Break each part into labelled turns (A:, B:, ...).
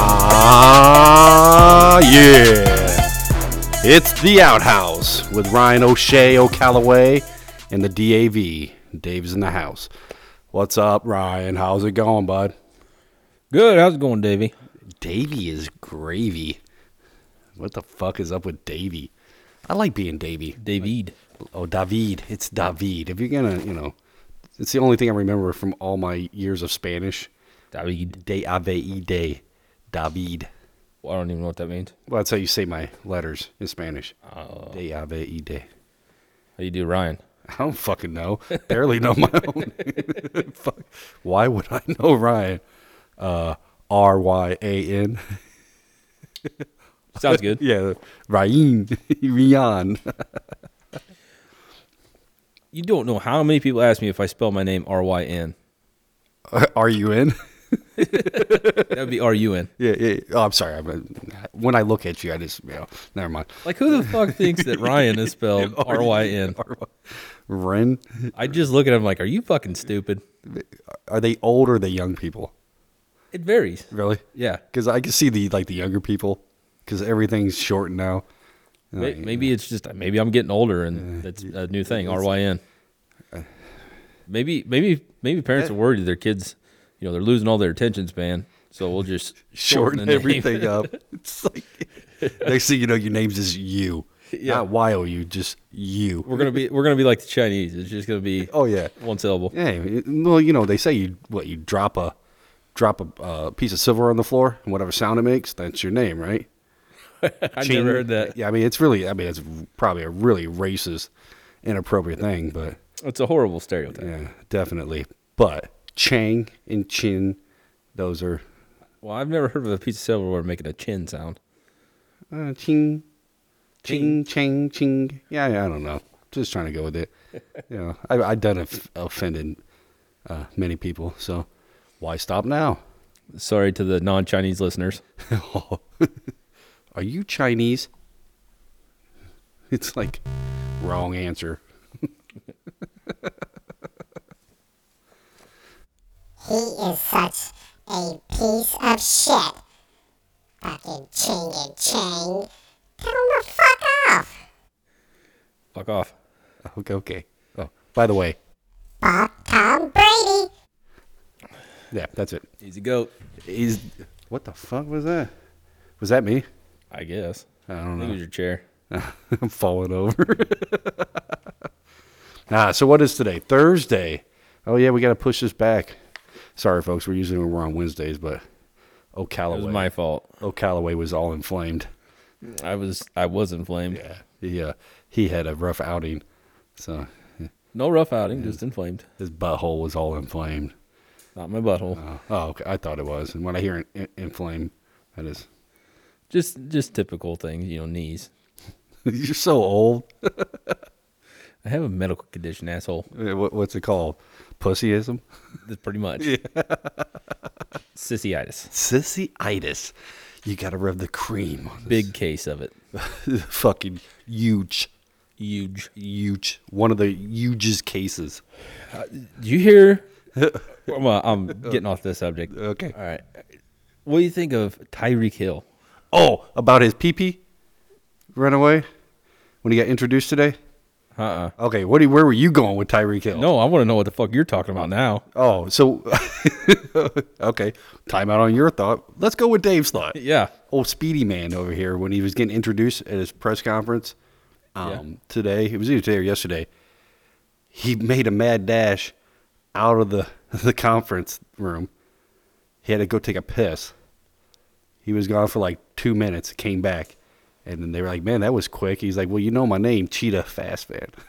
A: Ah, It's The Outhouse with Ryan O'Shea, O'Calloway, and the DAV. Dave's in the house. What's up, Ryan? How's it going, bud?
B: Good. How's it going, Davey?
A: Davy is gravy. What the fuck is up with Davy? I like being Davy.
B: David.
A: Oh, David. It's David. If you're gonna, you know, it's the only thing I remember from all my years of Spanish.
B: David.
A: De Ave E David.
B: I don't even know what that means.
A: Well, that's how you say my letters in Spanish.
B: Oh.
A: De Ave
B: How you do, Ryan?
A: E I don't fucking know. Barely know my own. Fuck. Why would I know Ryan? Uh, R Y A N.
B: Sounds good.
A: Yeah, Ryan. Ryan.
B: You don't know how many people ask me if I spell my name R Y N.
A: Are you in?
B: That would be R U N.
A: Yeah, yeah. Oh, I'm sorry. I'm, when I look at you, I just, you know, never mind.
B: Like, who the fuck thinks that Ryan is spelled R Y N?
A: Ren,
B: I just look at him like, are you fucking stupid?
A: are they old or are they young people?
B: It varies.
A: Really?
B: Yeah.
A: Because I can see the like the younger people because everything's shortened now. And
B: May-
A: I-
B: Maybe it's just maybe I'm getting older and that's a new thing. R Y N. Maybe maybe maybe parents are worried that their kids, you know, they're losing all their attention span. So we'll just
A: shorten
B: the name.
A: everything up. It's like next thing you know, your name's just you,
B: Yeah.
A: not Y O U, just you.
B: We're gonna be we're gonna be like the Chinese. It's just gonna be
A: Oh yeah.
B: one syllable.
A: Hey, well, you know they say you what you drop a drop a uh, piece of silver on the floor and whatever sound it makes, that's your name, right?
B: I've
A: Ching.
B: never heard that.
A: Yeah, I mean it's really, I mean it's probably a really racist, inappropriate thing, but
B: It's a horrible stereotype.
A: yeah, definitely. But Chang and Chin, those are
B: Well, I've never heard of a piece of silverware making a chin sound.
A: uh, Ching, Ching, Chang, Ching. Yeah, I don't know. Just trying to go with it. you know, I, I done off- offended uh, many people, so why stop now?
B: Sorry to the non-Chinese listeners.
A: Are you Chinese? It's like wrong answer.
C: He is such a piece of shit. Fucking ching and chang. Tell him to fuck off.
B: Fuck off.
A: Okay, okay. Oh, by the way,
C: Fuck Tom Brady.
A: yeah, that's it.
B: He's a goat,
A: Is what the fuck was that? Was that me?
B: I guess.
A: I don't
B: I think it was
A: know.
B: your chair.
A: I'm falling over. ah, so what is today? Thursday. Oh yeah, we got to push this back. Sorry, folks. We're usually we're on Wednesdays, but
B: It was
A: O'Calloway.
B: my fault.
A: O'Calloway was all inflamed.
B: I was I was inflamed.
A: Yeah, he uh, he had a rough outing, so
B: No rough outing, just inflamed.
A: his butthole was all inflamed.
B: Not my butthole.
A: Oh, oh, okay. I thought it was. And when I hear in, inflamed, that is.
B: Just just typical things, you know, knees.
A: You're so old.
B: I have a medical condition, asshole.
A: Eh, What, what's it called? Pussyism.
B: That's pretty much. Sissyitis.
A: Sissyitis. You got to rub the cream on this.
B: Big case of it.
A: fucking huge,
B: Huge.
A: huge. One of the hugest cases.
B: Do you hear? I'm, uh, I'm getting off the subject.
A: Okay.
B: All right. What do you think of Tyreek Hill?
A: Oh, about his pee pee runaway when he got introduced today.
B: Uh uh
A: Okay, what? do you- Where were you going with Tyreek Hill?
B: No, I want to know what the fuck you're talking about now.
A: Oh, so okay. Time out on your thought. Let's go with Dave's thought.
B: Yeah.
A: Old Speedy Man over here when he was getting introduced at his press conference um,
B: Yeah.
A: today. It was either today or yesterday. He made a mad dash out of the the conference room. He had to go take a piss. He was gone for like two minutes. Came back, and then they were like, "Man, that was quick." He's like, "Well, you know my name, Cheetah Fast Man."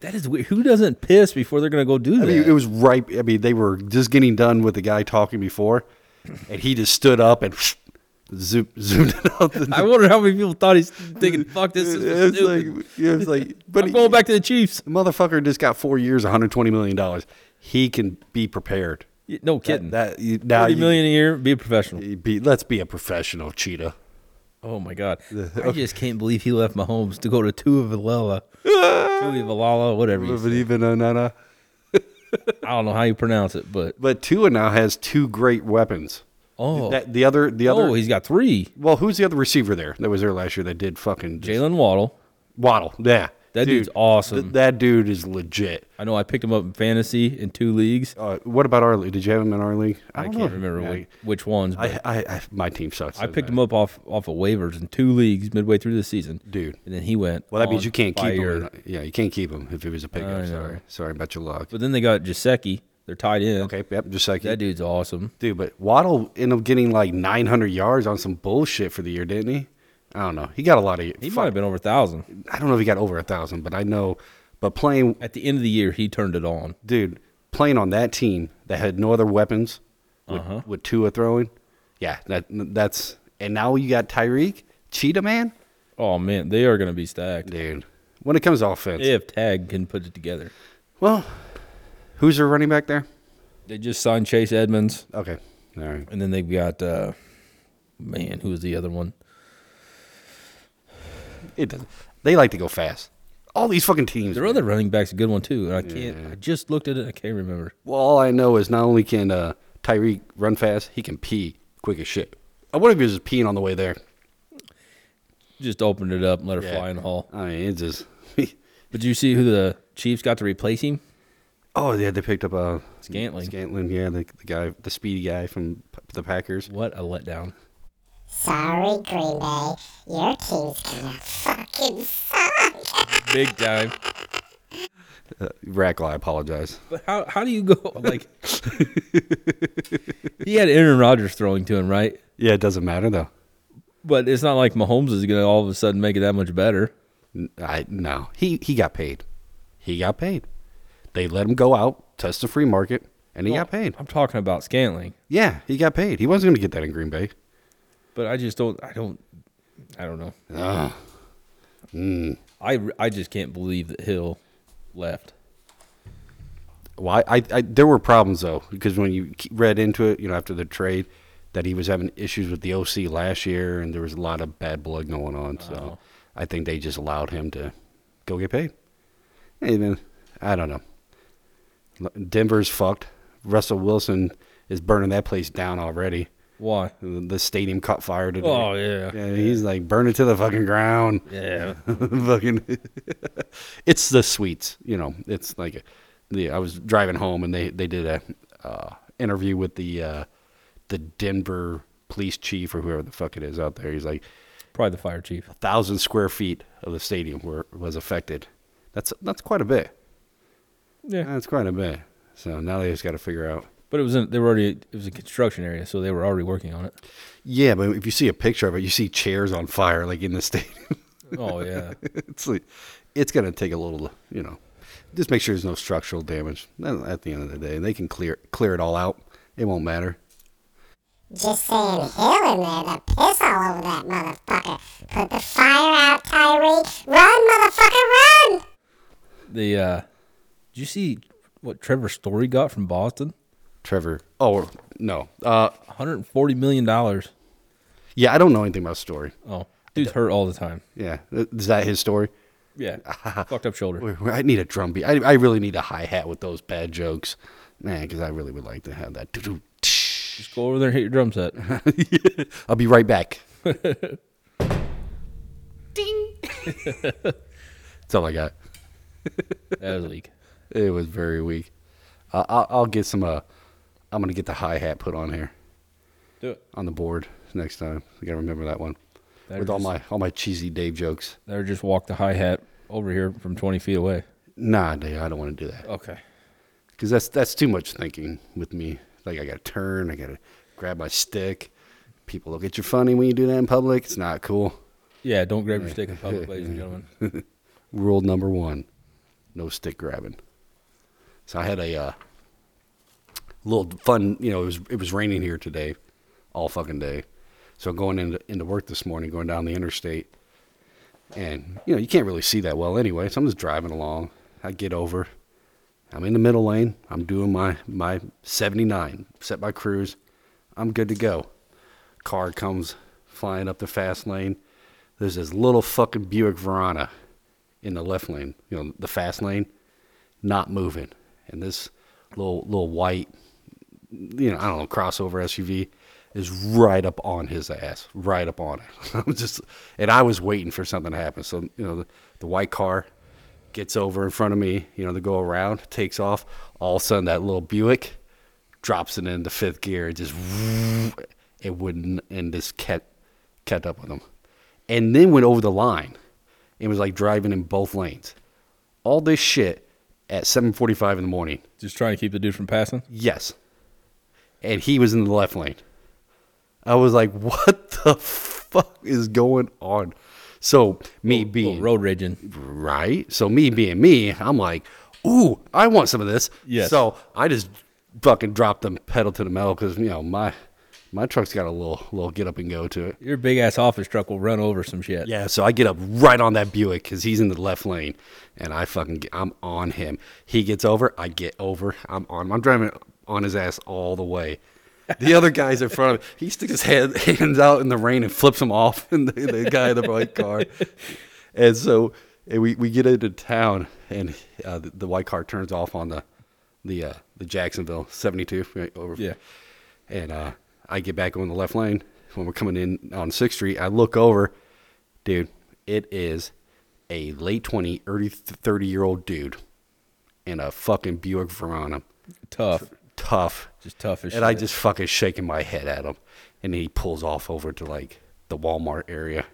B: That is weird. Who doesn't piss before they're going to go do
A: I
B: that?
A: mean, it was right. I mean, they were just getting done with the guy talking before, and he just stood up and zoom, zoomed it out. The,
B: I wonder how many people thought he's thinking, fuck, this is
A: it's
B: stupid.
A: like, yeah, it's like, but
B: I'm
A: he-
B: going back to the Chiefs.
A: the motherfucker just got four years, 120 million dollars. He can be prepared.
B: Y- No kidding.
A: That, that you, now
B: Thirty
A: you,
B: million a year, be a professional.
A: you be, let's be a professional cheetah.
B: Oh my god. I just can't believe he left Mahomes to go to Tua Valala. Tua Valala, whatever. you
A: But
B: say.
A: even uh, nah, nah.
B: I don't know how you pronounce it, but
A: but Tua now has two great weapons.
B: Oh,
A: That, the other, the other.
B: oh, he's got three.
A: well, who's the other receiver there that was there last year that did fucking just-
B: Jalen Waddle.
A: Waddle? Yeah,
B: That dude's
A: Dude,
B: awesome.
A: th- that dude is legit.
B: I know I picked him up in fantasy in two leagues.
A: Uh, what about our league? Did you have him in our league?
B: I can't remember
A: Yeah,
B: whi- which ones, but
A: I, I, I, my team sucks.
B: I picked him up off off of waivers in two leagues midway through the season,
A: Dude.
B: And then he went.
A: Well, that means
B: on
A: you can't keep
B: fire.
A: him. Yeah, you can't keep him if it was a
B: I know.
A: pickup. Sorry, sorry about your luck.
B: But then they got Jaceki. They're tied in.
A: Okay, yep, just like
B: That dude's awesome.
A: Dude, but Waddle ended up getting like 900 yards on some bullshit for the year, didn't he? I don't know. He got a lot of.
B: He
A: fuck,
B: might have been over a thousand
A: I don't know if he got over a thousand, but I know. But playing,
B: at the end of the year. He turned it on.
A: dude, playing on that team that had no other weapons with,
B: Uh-huh.
A: with Tua throwing, yeah, that that's. And now you got Tyreek, Cheetah man,
B: Oh man, they are going to be stacked.
A: dude. When it comes to offense,
B: If Tag can put it together,
A: well, who's their running back there?
B: they just signed Chase Edmonds,
A: Okay, all right.
B: and then they've got uh, man, who was the other one?
A: It doesn't. They like to go fast. All these fucking teams.
B: Their
A: man.
B: other running back's a good one too, and I can't. I just looked at it. I can't remember.
A: Well, all I know is not only can uh, Tyreek run fast, he can pee quick as shit. I wonder if he was just peeing on the way there.
B: Just opened it up and let her
A: Yeah.
B: fly in the hall.
A: I mean, it's just.
B: But you see who the Chiefs got to replace him?
A: oh, yeah, they picked up uh,
B: Scantling.
A: Scantling, yeah, the, the guy, the speedy guy from P- the Packers.
B: What a letdown!
C: Sorry, Green Bay. Your team's gonna fucking suck.
B: Big time.
A: Uh, Rackle, I apologize.
B: But how how do you go like? he had Aaron Rodgers throwing to him, right?
A: Yeah, it doesn't matter though.
B: But it's not like Mahomes is going to all of a sudden make it that much better.
A: N- I no, he he got paid. He got paid. They let him go out, test the free market, and he got paid.
B: I'm talking about Scantling,
A: Yeah, he got paid. He wasn't going to get that in Green Bay.
B: but I just don't. I don't. I don't know.
A: Ugh. Mm.
B: I I just can't believe that Hill left.
A: Well, I, I, I there were problems though because when you ke- read into it, you know, after the trade, that he was having issues with the OC last year, and there was a lot of bad blood going on. So I think they just allowed him to go get paid. Hey man, I don't know. L- Denver's fucked. Russell Wilson is burning that place down already.
B: Why?
A: The stadium caught fire today.
B: Oh yeah.
A: Yeah, he's like burn it to the fucking ground.
B: Yeah.
A: fucking it's the sweets you know it's like the i was driving home and they they did a uh interview with the uh the denver police chief or whoever the fuck it is out there he's like
B: Probably the fire chief.
A: a thousand square feet of the stadium were was affected that's that's quite a bit
B: Yeah.
A: that's quite a bit so now they just got to figure out
B: But it was in, they were already it was a construction area, so they were already working on it.
A: yeah but if you see a picture of it you see chairs on fire like in the stadium
B: Oh yeah.
A: it's like, it's gonna take a little, you know, just make sure there's no structural damage. Then At the end of the day, they can clear clear it all out. It won't matter.
C: Just saying hill in there, the piss all over that motherfucker. Put the fire out, Tyreek. Run, motherfucker, run!
B: the uh did you see what Trevor Story got from Boston?
A: Trevor. Oh no. Uh,
B: 140 million dollars.
A: yeah, I don't know anything about story.
B: Oh, dude's hurt all the time.
A: Yeah, is that his story?
B: Yeah, fucked up shoulder.
A: Wait, wait, I need a drum beat. I, I really need a hi hat with those bad jokes, man. Because I really would like to have that. Doo-doo, tsh.
B: Just go over there and hit your drum set.
A: I'll be right back. Ding. That's all I got.
B: That was weak.
A: It was very weak. Uh, I'll, I'll get some. Uh, I'm gonna get the hi hat put on here
B: Do it.
A: on the board next time. I gotta remember that one
B: That
A: with all
B: just-
A: my all my cheesy Dave jokes.
B: There, just walk the hi hat over here from 20 feet away.
A: Nah, Dave, I don't want to do that
B: Okay.
A: because that's that's too much thinking with me. Like I gotta turn, I gotta grab my stick. People look at you funny when you do that in public. It's not cool.
B: Yeah, don't grab your stick in public, ladies and gentlemen.
A: Rule number one: no stick grabbing. So I had a uh, little fun. You know, it was it was raining here today, all fucking day. So going into into work this morning, going down the interstate, and you know you can't really see that well anyway. So I'm just driving along. I get over. I'm in the middle lane. I'm doing my my 79. Set my cruise. I'm good to go. Car comes flying up the fast lane. There's this little fucking Buick Verona in the left lane. You know the fast lane not moving. And this little little white, you know, I don't know, crossover SUV is right up on his ass, right up on it. I'm just, and I was waiting for something to happen. So you know, the, the white car gets over in front of me. You know, to go around, takes off. All of a sudden, that little Buick drops it into fifth gear. It just, it wouldn't, and just kept kept up with him, and then went over the line. It was like driving in both lanes. All this shit at 7:45 in the morning.
B: Just trying to keep the dude from passing.
A: Yes. And he was in the left lane. I was like, what the fuck is going on? So me
B: Well,
A: being
B: road raging.
A: right. So me being me, I'm like, ooh, I want some of this.
B: Yes.
A: So I just fucking dropped the pedal to the metal because you know my my truck's got a little little get up and go to it.
B: Your big ass office truck will run over some shit.
A: Yeah, so I get up right on that Buick because he's in the left lane, and I fucking get, I'm on him. He gets over, I get over, I'm on him. I'm driving on his ass all the way. The other guy's in front of him. He sticks his head, hands out in the rain and flips him off, and the, the guy in the white car. And so and we, we get into town, and uh, the, the white car turns off on the the uh, the Jacksonville 72 right over.
B: Yeah.
A: And uh, I get back on the left lane when we're coming in on 6th Street. I look over, dude, it is a late 20, early 30 year old dude in a fucking Buick Verona.
B: Tough.
A: Tough.
B: Just tough as
A: and
B: shit.
A: I just fucking shaking my head at him. And he pulls off over to like the Walmart area.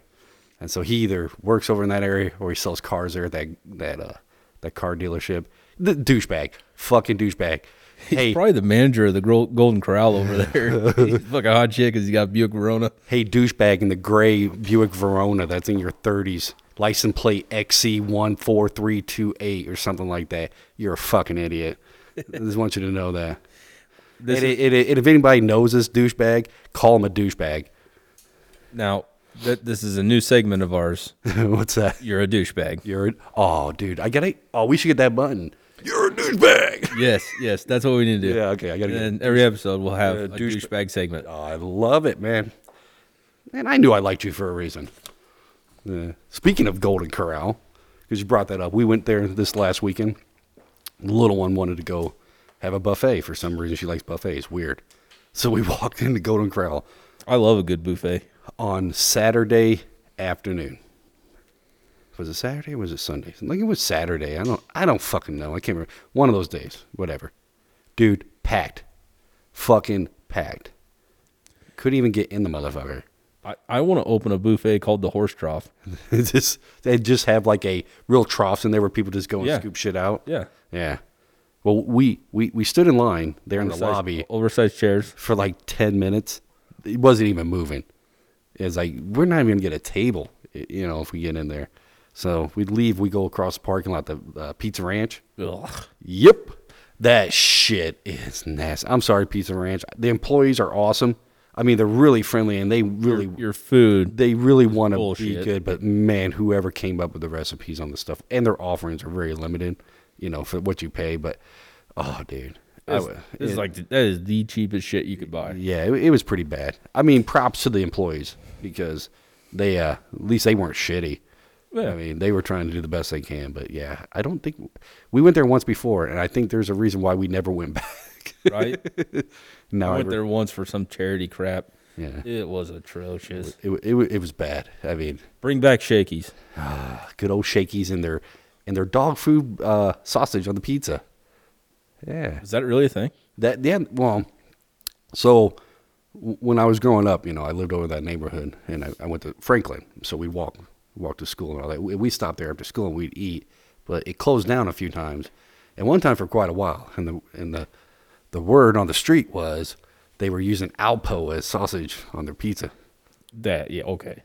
A: And so he either works over in that area or he sells cars there at that, that, uh, that car dealership. The douchebag. Fucking douchebag. Hey,
B: Probably the manager of the Gro- Golden Corral over there. He's fucking hot shit because he got Buick Verona.
A: hey douchebag in the gray Buick Verona that's in your 30s, license plate XC14328 or something like that. You're a fucking idiot. I just want you to know that.
B: This
A: and, it- it- and if anybody knows this douchebag, call him a douchebag.
B: Now, th- this is a new segment of ours.
A: What's that?
B: You're a douchebag.
A: You're an, oh, dude, I gotta. Oh, we should get that button. You're a douchebag.
B: yes, yes, that's what we need to do.
A: Yeah, okay, I gotta get-
B: And every episode we'll have
A: Uh,
B: a
A: douche-
B: douchebag segment.
A: Oh, I love it, man. Man, I knew I liked you for a reason. Yeah. Speaking of Golden Corral, because you brought that up, we went there this last weekend. The little one wanted to go have a buffet for some reason. She likes buffets. Weird. So we walked into Golden Corral
B: I love a good buffet.
A: on Saturday afternoon. Was it Saturday or was it Sunday? Like it was Saturday. I don't I don't fucking know. I can't remember. One of those days. Whatever. Dude, packed. Fucking packed. Couldn't even get in the motherfucker.
B: I, I want to open a buffet called the Horse Trough.
A: It's just they just have like a real troughs in there where people just go and
B: Yeah.
A: scoop shit out.
B: Yeah.
A: Yeah. Well, we we, we stood in line there in the
B: Oversized-
A: lobby
B: Oversized chairs.
A: for like 10 minutes. It wasn't even moving. It's like, we're not even going to get a table, i- you know, if we get in there. So we leave, we go across the parking lot, the uh, Pizza Ranch.
B: Ugh.
A: Yep. That shit is nasty. I'm sorry, Pizza Ranch. The employees are awesome. I mean, they're really friendly and they really
B: Your food.
A: they really want to be
B: bullshit.
A: good, but man, whoever came up with the recipes on this stuff and their offerings are very limited, you know, for what you pay. But oh, dude, I
B: This,
A: would-
B: this
A: it-
B: is like the, that is the cheapest shit you could buy.
A: yeah, it, it was pretty bad. I mean, props to the employees because they uh, at least they weren't shitty.
B: Yeah.
A: I mean, they were trying to do the best they can, but yeah, I don't think we went there once before, and I think there's a reason why we never went back.
B: Right?
A: no,
B: I
A: I
B: went
A: re-
B: there once for some charity crap.
A: Yeah.
B: It was atrocious.
A: It, wa- it wa- it was bad. I mean, ah,
B: Bring back shakies.
A: good old shakies and their and their dog food uh, sausage on the pizza. Yeah,
B: Is that really a thing?
A: That yeah, well, so w- when I was growing up, you know, I lived over that neighborhood, and I, I went to Franklin, so we walk walk to school and all that. We, we stopped there after school and we'd eat, but it closed down a few times, and one time for quite a while. And the and the the word on the street was they were using Alpo as sausage on their pizza.
B: That yeah okay.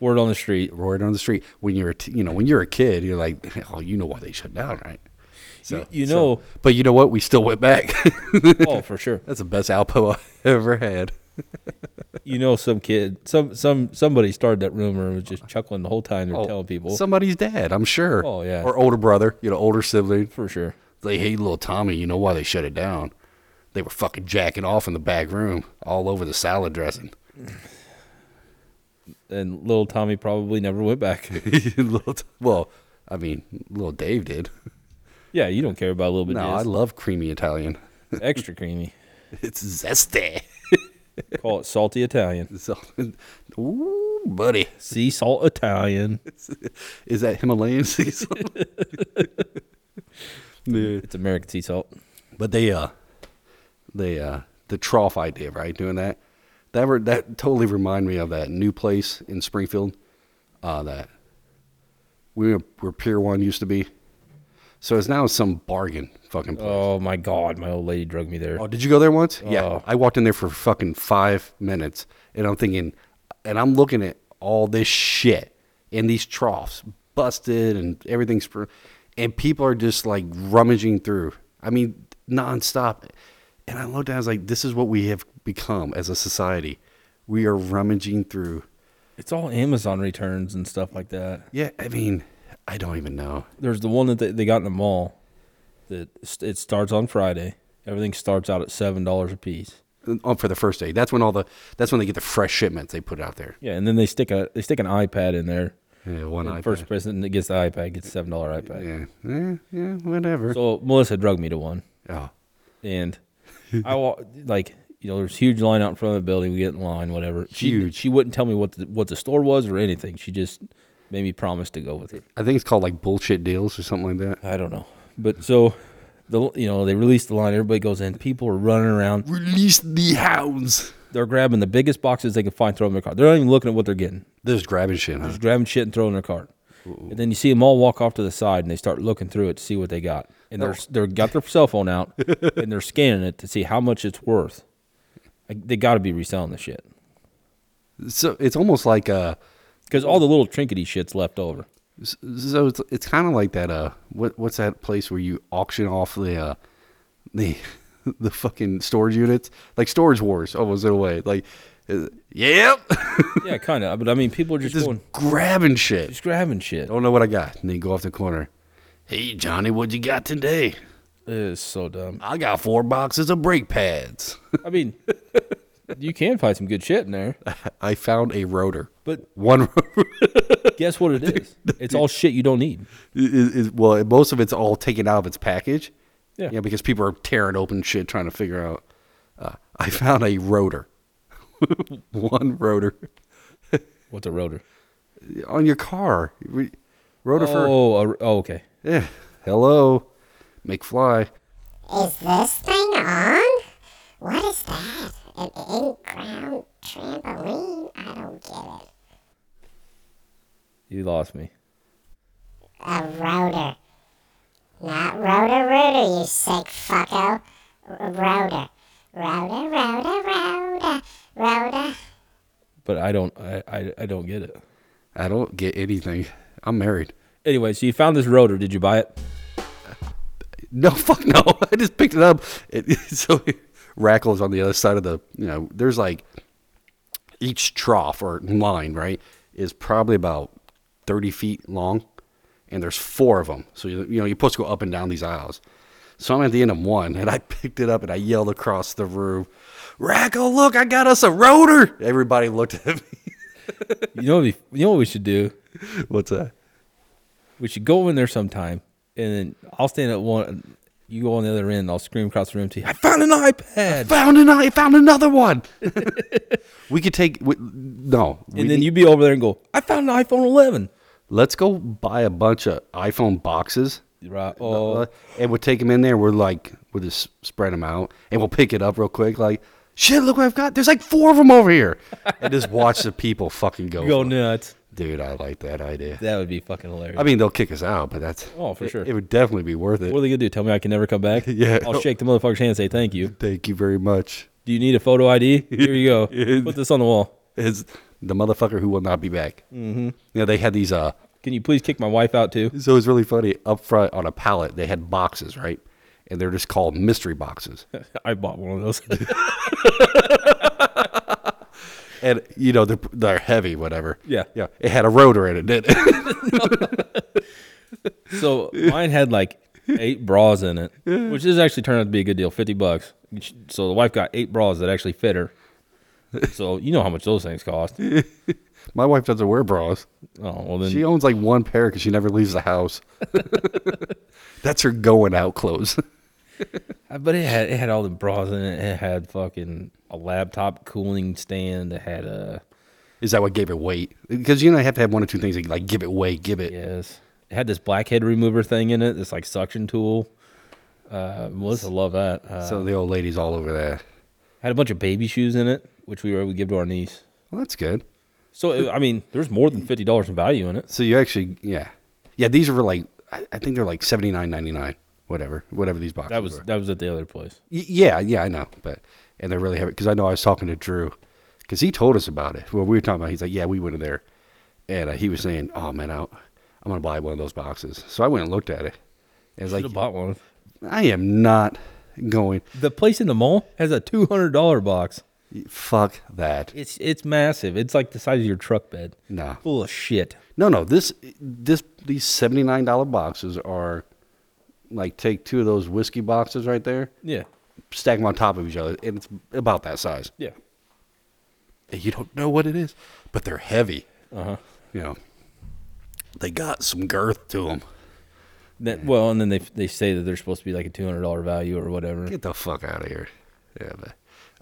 B: Word on the street.
A: Word on the street when you're a t- you know when you're a kid, you're like, oh, you know why they shut down, right? So
B: you
A: so-
B: know-
A: but you know what? We still went back.
B: oh for sure.
A: That's the best Alpo I ever had.
B: You know some kid some some somebody started that rumor and was just chuckling the whole time they're telling people
A: Oh, Somebody's dad, I'm sure.
B: Oh, yeah.
A: Or older brother, you know, older sibling.
B: for sure.
A: They hate little Tommy. You know why they shut it down? They were fucking jacking off in the back room, all over the salad dressing.
B: And little Tommy probably never went back.
A: little T- well, I mean, little Dave did.
B: yeah, you don't care about a little bit.
A: No, I love creamy Italian.
B: extra creamy.
A: It's zesty.
B: Call it salty Italian.
A: So, ooh, buddy.
B: Sea salt Italian.
A: Is that Himalayan sea salt? Dude.
B: It's American sea salt.
A: But they uh they uh the trough idea, right? Doing that. That were that totally reminded me of that new place in Springfield. Uh that we were where Pier One used to be. So it's now some bargain fucking place.
B: Oh my god, my old lady drug me there.
A: Oh, did you go there once? Yeah.
B: Oh.
A: I walked in there for fucking five minutes and I'm thinking, and I'm looking at all this shit in these troughs, busted and everything's, spr- and people are just like rummaging through. I mean, nonstop. And I looked down, I was like, this is what we have become as a society. We are rummaging through.
B: It's all Amazon returns and stuff like that.
A: Yeah. I mean, I don't even know.
B: There's the one that they, they got in the mall. That st- it starts on Friday. Everything starts out at seven dollars a piece.
A: Oh, for the first day, that's when all the, that's when they get the fresh shipments they put out there.
B: Yeah, and then they stick a they stick an iPad in there.
A: Yeah, one
B: And
A: iPad.
B: First person that gets the iPad gets a seven dollar iPad.
A: yeah. yeah. Yeah. Whatever.
B: So Melissa drugged me to one,
A: oh.
B: and I wa- like you know there's a huge line out in front of the building. We get in line, whatever. She,
A: Huge.
B: She wouldn't tell me what the, what the store was or anything. She just made me promise to go with it.
A: I think it's called like bullshit deals or something like that.
B: I don't know, but so the you know they release the line. Everybody goes in. People are running around.
A: Release the hounds.
B: They're grabbing the biggest boxes they can find, throwing in their cart. They're not even looking at what they're getting.
A: They're just grabbing shit, huh?
B: Just grabbing shit and throwing in their cart. And then you see them all walk off to the side and they start looking through it to see what they got. And
A: Oh.
B: they're they're got their cell phone out and they're scanning it to see how much it's worth. Like, they got to be reselling the shit
A: So it's almost like uh,
B: because all the little trinkety shits left over.
A: s- so it's it's kind of like that uh, what what's that place where you auction off the uh, the the fucking storage units like storage wars almost in a way like, uh, yep,
B: yeah, kind of. But I mean, people are just,
A: just
B: going,
A: grabbing shit.
B: just grabbing shit.
A: Don't know what I got, and then go off the corner. Hey Johnny, what you got today?
B: It's so dumb.
A: I got four boxes of brake pads.
B: I mean, you can find some good shit in there,
A: I found a rotor.
B: but
A: One rotor.
B: guess what it is? It's all shit you don't need.
A: is, is well, most of it's all taken out of its package.
B: Yeah.
A: Yeah, because people are tearing open shit trying to figure out. Uh, I found a rotor, one rotor
B: What's a rotor?
A: on your car. We- Rotor for
B: Oh, a, oh, okay.
A: yeah. Hello, McFly.
C: Is this thing on? What is that? An in-ground trampoline? I don't get it.
B: You lost me.
C: A rotor. Not rotor rooter, you sick fucko. R- rotor. Rotor, rotor, rotor, rotor.
B: But I don't. I, I, I don't get it.
A: I don't get anything. I'm married.
B: Anyway, so you found this rotor. Did you buy it?
A: No, fuck no. I just picked it up. It, so Rackle's on the other side of the, you know, there's like each trough or line, right, is probably about 30 feet long. And there's four of them. So, you, you know, you're supposed to go up and down these aisles. So I'm at the end of one and I picked it up and I yelled across the room, Rackle, look, I got us a rotor. Everybody looked at me.
B: You know, what we, you know what we should do.
A: What's that?
B: We should go in there sometime, and then I'll stand at one. You go on the other end. and I'll scream across the room to you. I found an iPad.
A: Found an I found another one. we could take we, no. we
B: And then
A: need-
B: you be over there and go. I found an iPhone 11.
A: let's go buy a bunch of iPhone boxes. Uh,
B: Right. Oh,
A: And we'll take them in there. We're like, we'll just spread them out and we'll pick it up real quick. Like, shit, look what I've got. There's like four of them over here. And just watch the people fucking go. for
B: go
A: it.
B: nuts.
A: Dude, I like that idea.
B: That would be fucking hilarious.
A: I mean, they'll kick us out, but that's.
B: Oh, for
A: it-
B: sure.
A: It, would definitely be worth it.
B: what are they gonna do? Tell me I can never come back?
A: Yeah.
B: I'll shake the motherfucker's hand and say thank you.
A: Thank you very much.
B: Do you need a photo ID? Here you go. Put this on the wall.
A: It's the motherfucker who will not be back. Mm-hmm. You know, they had these. uh
B: Can you please kick my wife out too?
A: So it's really funny. Up front on a pallet, they had boxes, right? And they're just called mystery boxes.
B: I bought one of those.
A: and you know they're they're heavy, whatever.
B: Yeah.
A: yeah. It had a rotor in it, didn't it?
B: so mine had like eight bras in it, which is actually turned out to be a good deal, fifty bucks. So the wife got eight bras that actually fit her. So you know how much those things cost. Oh
A: My wife doesn't wear bras.
B: well, then
A: She owns like one pair because she never leaves the house. That's her going out clothes.
B: Uh, But it had it had all the bras in it. It had fucking a laptop cooling stand. It had a
A: Is that what gave it weight? Because you know, I have to have one or two things that, like give it weight, give it.
B: yes. It had this blackhead remover thing in it. This like suction tool. Uh, Melissa love that. Uh,
A: So the old lady's all over that.
B: had a bunch of baby shoes in it, which we were able to give to our niece.
A: Well, that's good.
B: So it, I mean, there's more than fifty dollars in value in it.
A: So you actually, yeah, yeah. These were like, I, I think they're like seventy nine ninety nine, whatever, whatever these boxes.
B: That was
A: were.
B: that was at the other place.
A: Y- yeah, yeah, I know, but and they're really heavy because I know I was talking to Drew because he told us about it. Well, we were talking about. He's like, yeah, we went in there, and uh, he was saying, oh man, I, I'm gonna buy one of those boxes. So I went and looked at it. And it's
B: Should
A: like,
B: have bought one.
A: I am not going.
B: The place in the mall has a two hundred dollar box.
A: Fuck that.
B: It's it's massive. It's like the size of your truck bed.
A: No.
B: Full of shit.
A: No, no. This, this, these seventy nine dollar boxes are like take two of those whiskey boxes right there,
B: Yeah.
A: stack them on top of each other, and it's about that size.
B: Yeah.
A: And you don't know what it is, but they're heavy.
B: Uh huh.
A: You know, they got some girth to them.
B: That, well, and then they they say that they're supposed to be like a two hundred dollar value or whatever.
A: Get the fuck out of here. Yeah, but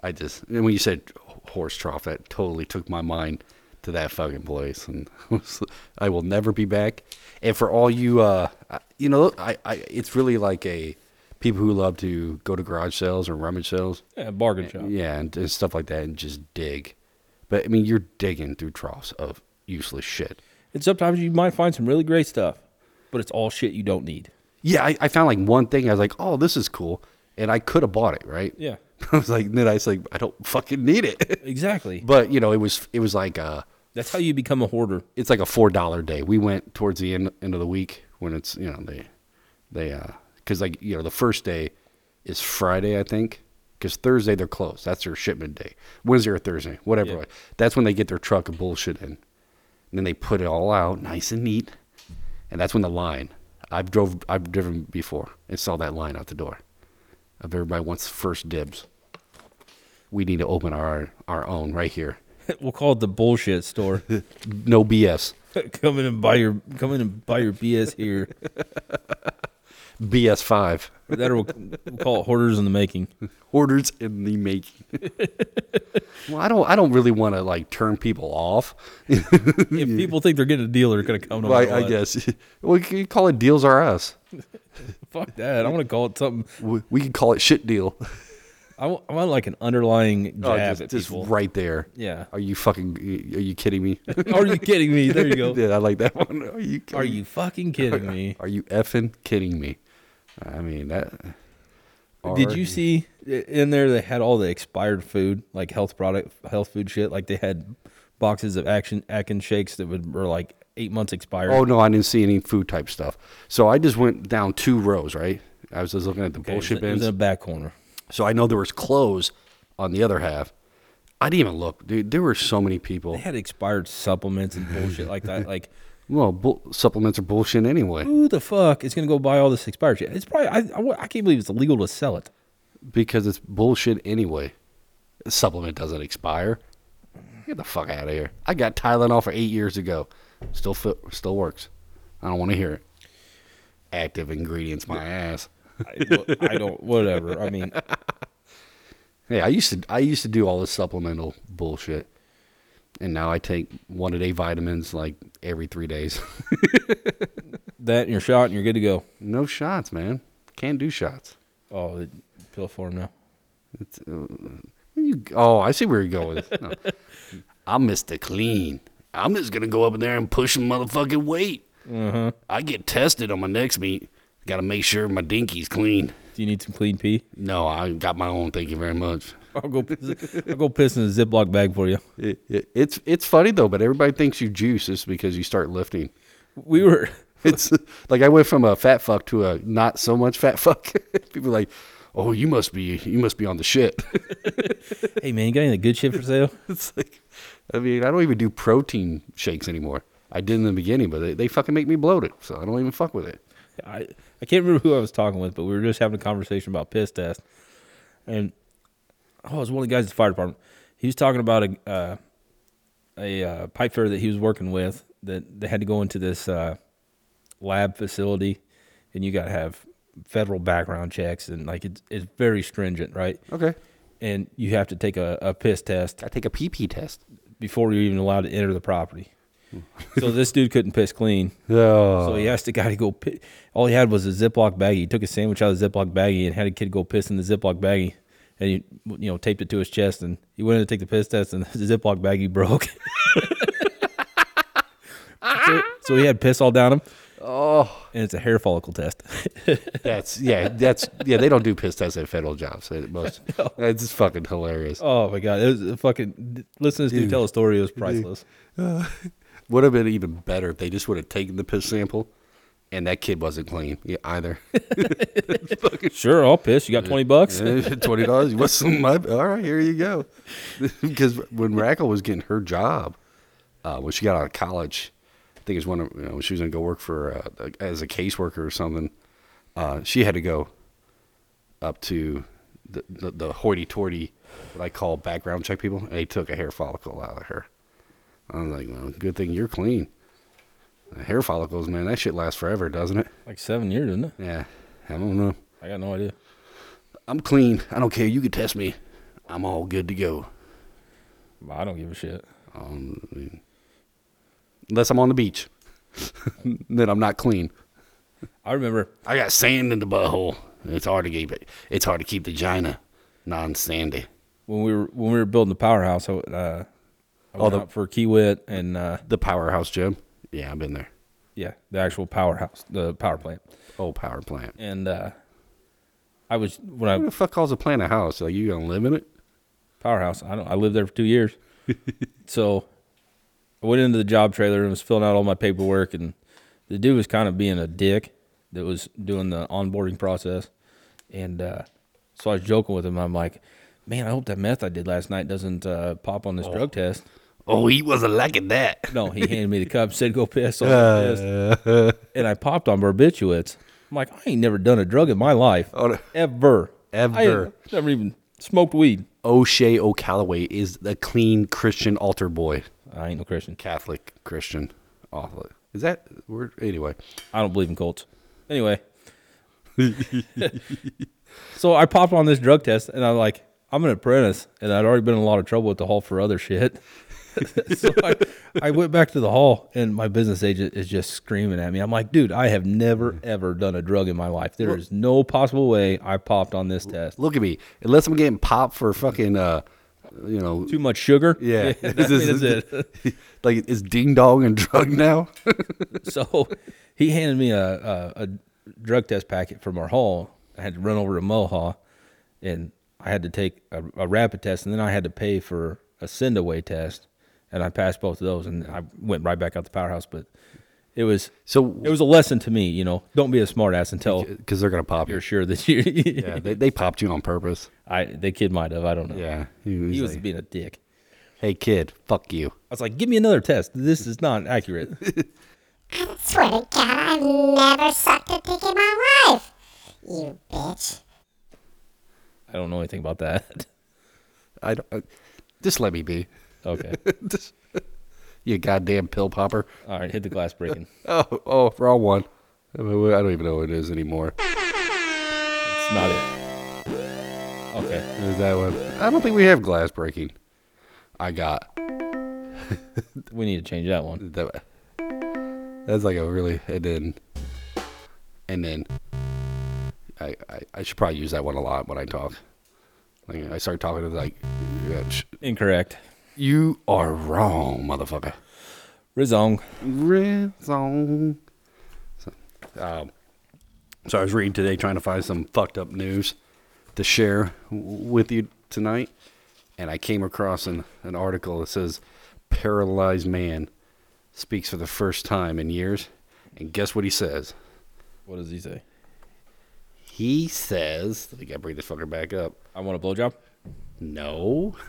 A: I just and when you said horse trough, that totally took my mind to that fucking place, and I will never be back. And for all you, uh, I- you know, I, I, it's really like a people who love to go to garage sales or rummage sales,
B: Yeah, bargain shop.
A: yeah, and, and stuff like that, and just dig. But I mean, you're digging through troughs of useless shit.
B: And sometimes you might find some really great stuff, but it's all shit you don't need.
A: Yeah, I, I found like one thing. I was like, oh, this is cool, and I could have bought it, right?
B: Yeah.
A: I was like, then I was like, I don't fucking need it.
B: Exactly.
A: but you know it was it was like uh, a
B: That's how you become a hoarder.
A: it's like a four dollar day we went towards the end end of the week when it's you know they they uh because like you know the first day is friday i think because thursday they're closed that's their shipment day wednesday or thursday whatever
B: Yeah.
A: that's when they get their truck of bullshit in and then they put it all out nice and neat and that's when the line i've drove i've driven before and saw that line out the door of everybody wants first dibs we need to open our our own right here
B: we'll call it the bullshit store.
A: no BS.
B: come in and buy your come in and buy your BS here.
A: BS five.
B: that or we'll, we'll call it hoarders in the making.
A: Orders in the making. well, I don't I don't really want to like turn people off.
B: If people think they're getting a deal, they're gonna come to
A: Well,
B: my
A: I, I guess. We could call it deals are us.
B: Fuck that. I want to call it something.
A: We, we could call it shit deal.
B: I want, I want like an underlying jab
A: Oh, just,
B: at
A: just
B: people.
A: right there.
B: Yeah.
A: Are you fucking are you kidding me?
B: Are you kidding me? There you go.
A: yeah, I like that one. Are you kidding
B: Are you fucking kidding me?
A: Are you effing kidding me? I mean that
B: Did
A: Are
B: you see in there they had all the expired food, like health product, health food shit? Like they had boxes of action Atkins shakes that would, were like eight months expired.
A: Oh no, I didn't see any food type stuff. So I just went down two rows, right? I was just looking at the
B: It was-
A: bullshit
B: it was
A: bins.
B: in a back corner.
A: So I know there was clothes on the other half. I didn't even look, dude. There were so many people.
B: They had expired supplements and bullshit like that. Like
A: Well, bull, supplements are bullshit anyway
B: who the fuck is gonna go buy all this expired shit? It's probably I, I, I can't believe it's illegal to sell it.
A: because it's bullshit anyway. A supplement doesn't expire. Get the fuck out of here. I got Tylenol for eight years ago. Still fit, still works. I don't want to hear it. Active ingredients, my ass.
B: I, well, I don't. Whatever. I mean,
A: Yeah, I used to I used to do all this supplemental bullshit, and now I take one a day vitamins like every three days.
B: that and your shot and you're good to go.
A: no shots, man. Can't do shots.
B: Oh, the pill form now.
A: It's, uh, you, oh, I see where you're going. No. I'm Mr. Clean. I'm just gonna go up there and push some motherfucking weight. I get tested on my next meet. Got to make sure my dinky's clean.
B: Do you need some clean pee?
A: No, I got my own. Thank you very much.
B: I'll go. piss- I'll go piss in a Ziploc bag for you.
A: It, it, it's it's funny though, but everybody thinks you juice just because you start lifting.
B: We were.
A: It's like I went from a fat fuck to a not so much fat fuck. People are like, oh, you must be you must be on the shit.
B: Hey man, you got any good shit for sale?
A: It's like, I mean, I don't even do protein shakes anymore. I did in the beginning, but they, they fucking make me bloated, so I don't even fuck with it.
B: I I can't remember who I was talking with, but we were just having a conversation about piss test, and oh, it was one of the guys at the fire department. He was talking about a uh, a uh, pipe fitter that he was working with that they had to go into this uh, lab facility, and you got to have federal background checks and like it's it's very stringent, right?
A: Okay.
B: And you have to take a, a piss test
A: I take a PP test.
B: before you're even allowed to enter the property. so this dude couldn't piss clean.
A: Oh.
B: So he asked the guy to go. Pi- All he had was a Ziploc baggie. He took a sandwich out of the Ziploc baggie and had a kid go piss in the Ziploc baggie, and he, you know, taped it to his chest. And he went in to take the piss test, and the Ziploc baggie broke. so, so he had piss all down him. Oh, and it's a hair follicle test.
A: That's yeah. That's yeah. They don't do piss tests at federal jobs. At most, it's just fucking hilarious.
B: oh my god, it was a fucking. Listening to this dude tell a story, it was priceless.
A: Would have been even better if they just would have taken the piss sample, and that kid wasn't clean yeah, either.
B: Sure, I'll piss. You got twenty bucks?
A: Twenty dollars. What's some? All right, here you go. Because when Rackle was getting her job, uh, when she got out of college, I think it was one of you know, when she was gonna go work for uh, as a caseworker or something. Uh, she had to go up to the the, the hoity-toity, what I call background check people, and they took a hair follicle out of her. I was like, well, good thing you're clean. Hair follicles, man, that shit lasts forever, doesn't it?
B: Like seven years, isn't it?
A: Yeah, I don't know.
B: I got no idea.
A: I'm clean. I don't care. You can test me. I'm all good to go.
B: I don't give a shit.
A: Um, unless I'm on the beach, then I'm not clean.
B: I remember
A: I got sand in the butthole. It's hard to keep it. It's hard to keep the vagina non-sandy.
B: when we were when we were building the powerhouse. I, w- uh, I went
A: the-
B: out for Kiwit and uh,
A: The powerhouse gym. Yeah, I've been there.
B: yeah, the actual powerhouse, the power plant.
A: Old Oh, power plant.
B: And uh, I was when
A: Who
B: I
A: the fuck calls a plant a house? Like you gonna live in it?
B: powerhouse. I don't. I lived there for two years, so I went into the job trailer and was filling out all my paperwork. And the dude was kind of being a dick that was doing the onboarding process. And uh, so I was joking with him. I'm like, "Man, I hope that meth I did last night doesn't uh, pop on this drug test."
A: Oh, he wasn't liking that.
B: No, he handed me the cup, said go piss. So I went and
A: Uh,
B: pissed. and I popped on barbiturates. I'm like, I ain't never done a drug in my life.
A: Oh, no.
B: Ever.
A: Ever.
B: I ain't never even smoked weed.
A: O'Shea O'Calloway is the clean Christian altar boy,
B: I ain't no Christian.
A: Catholic Christian. Awful. Is that word? Anyway,
B: I don't believe in cults. Anyway. so I popped on this drug test and I'm like, I'm an apprentice and I'd already been in a lot of trouble at the hall for other shit. so I, I went back to the hall and my business agent is just screaming at me. I'm like, dude, I have
A: Mm.
B: never ever done a drug in my life. There is no possible way I popped on this test.
A: look at me. Unless I'm getting popped for fucking, uh, you know,
B: Too much sugar.
A: Yeah,
B: I mean, that's it.
A: like it's ding dong and drug now.
B: so he handed me a, a a drug test packet from our hall. I had to run over to Mohawk, and I had to take a, a rapid test, and then I had to pay for a send away test, and I passed both of those, and I went right back out the powerhouse. But it was
A: So
B: it was a lesson to me, you know. Don't be a smartass until
A: because Uh, they're gonna pop
B: you're
A: you.
B: sure that you.
A: Yeah, they, they popped you on purpose.
B: I the kid might have. I don't know.
A: Yeah,
B: Oh. he was
A: like,
B: being a dick.
A: hey kid, fuck you.
B: I was like, give me another test. This is not accurate.
C: I swear to God, I've never sucked a dick in my life. You bitch.
B: I don't know anything about that.
A: I, don't- I just let me be.
B: okay.
A: You goddamn pill popper.
B: All right. Hit the glass breaking.
A: Oh, oh, wrong one. I mean, I don't even know what it is anymore.
B: It's not it. Okay.
A: Is that one? I don't think we have glass breaking. I got
B: We need to change that one.
A: that. That's like a really and then and then I, I I should probably use that one a lot when I talk. Like I start talking to like yeah, sh-
B: Incorrect.
A: You are wrong, motherfucker.
B: Rizong.
A: Wrong. So, um, so I was reading today trying to find some fucked up news to share w- with you tonight, and I came across an, an article that says paralyzed man speaks for the first time in years, and guess what he says?
B: What does he say?
A: He says, I think I bring this fucker back up.
B: I want a blowjob.
A: No,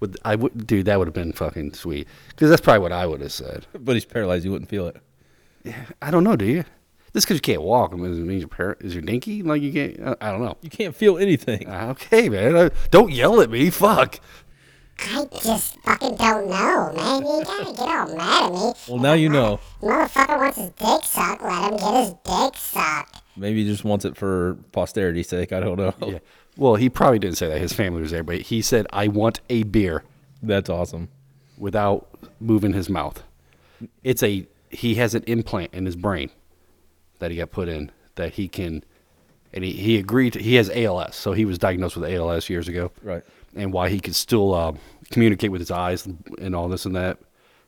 A: would I would dude that would have been fucking sweet because that's probably what I would have said.
B: But he's paralyzed. He wouldn't feel it.
A: I don't know, do you? Just because you can't walk I mean, does it mean your parent is your dinky? Like you can't? I- I don't know. Ah,
B: You can't feel anything.
A: Okay, man. I- Don't yell at me. Fuck.
C: I just fucking don't know, man. You gotta get all mad at me.
B: Well, now you know.
C: Motherfucker wants his dick sucked, let him get his dick sucked.
B: Maybe he just wants it for posterity's sake. I don't know.
A: Yeah. Well, he probably didn't say that. His family was there, but he said, "I want a beer,"
B: That's awesome.
A: without moving his mouth. It's a he has an implant in his brain that he got put in that he can, and he he agreed. To, he has ALS, so he was diagnosed with ALS years ago.
B: Right.
A: And why he could still uh, communicate with his eyes and all this and that,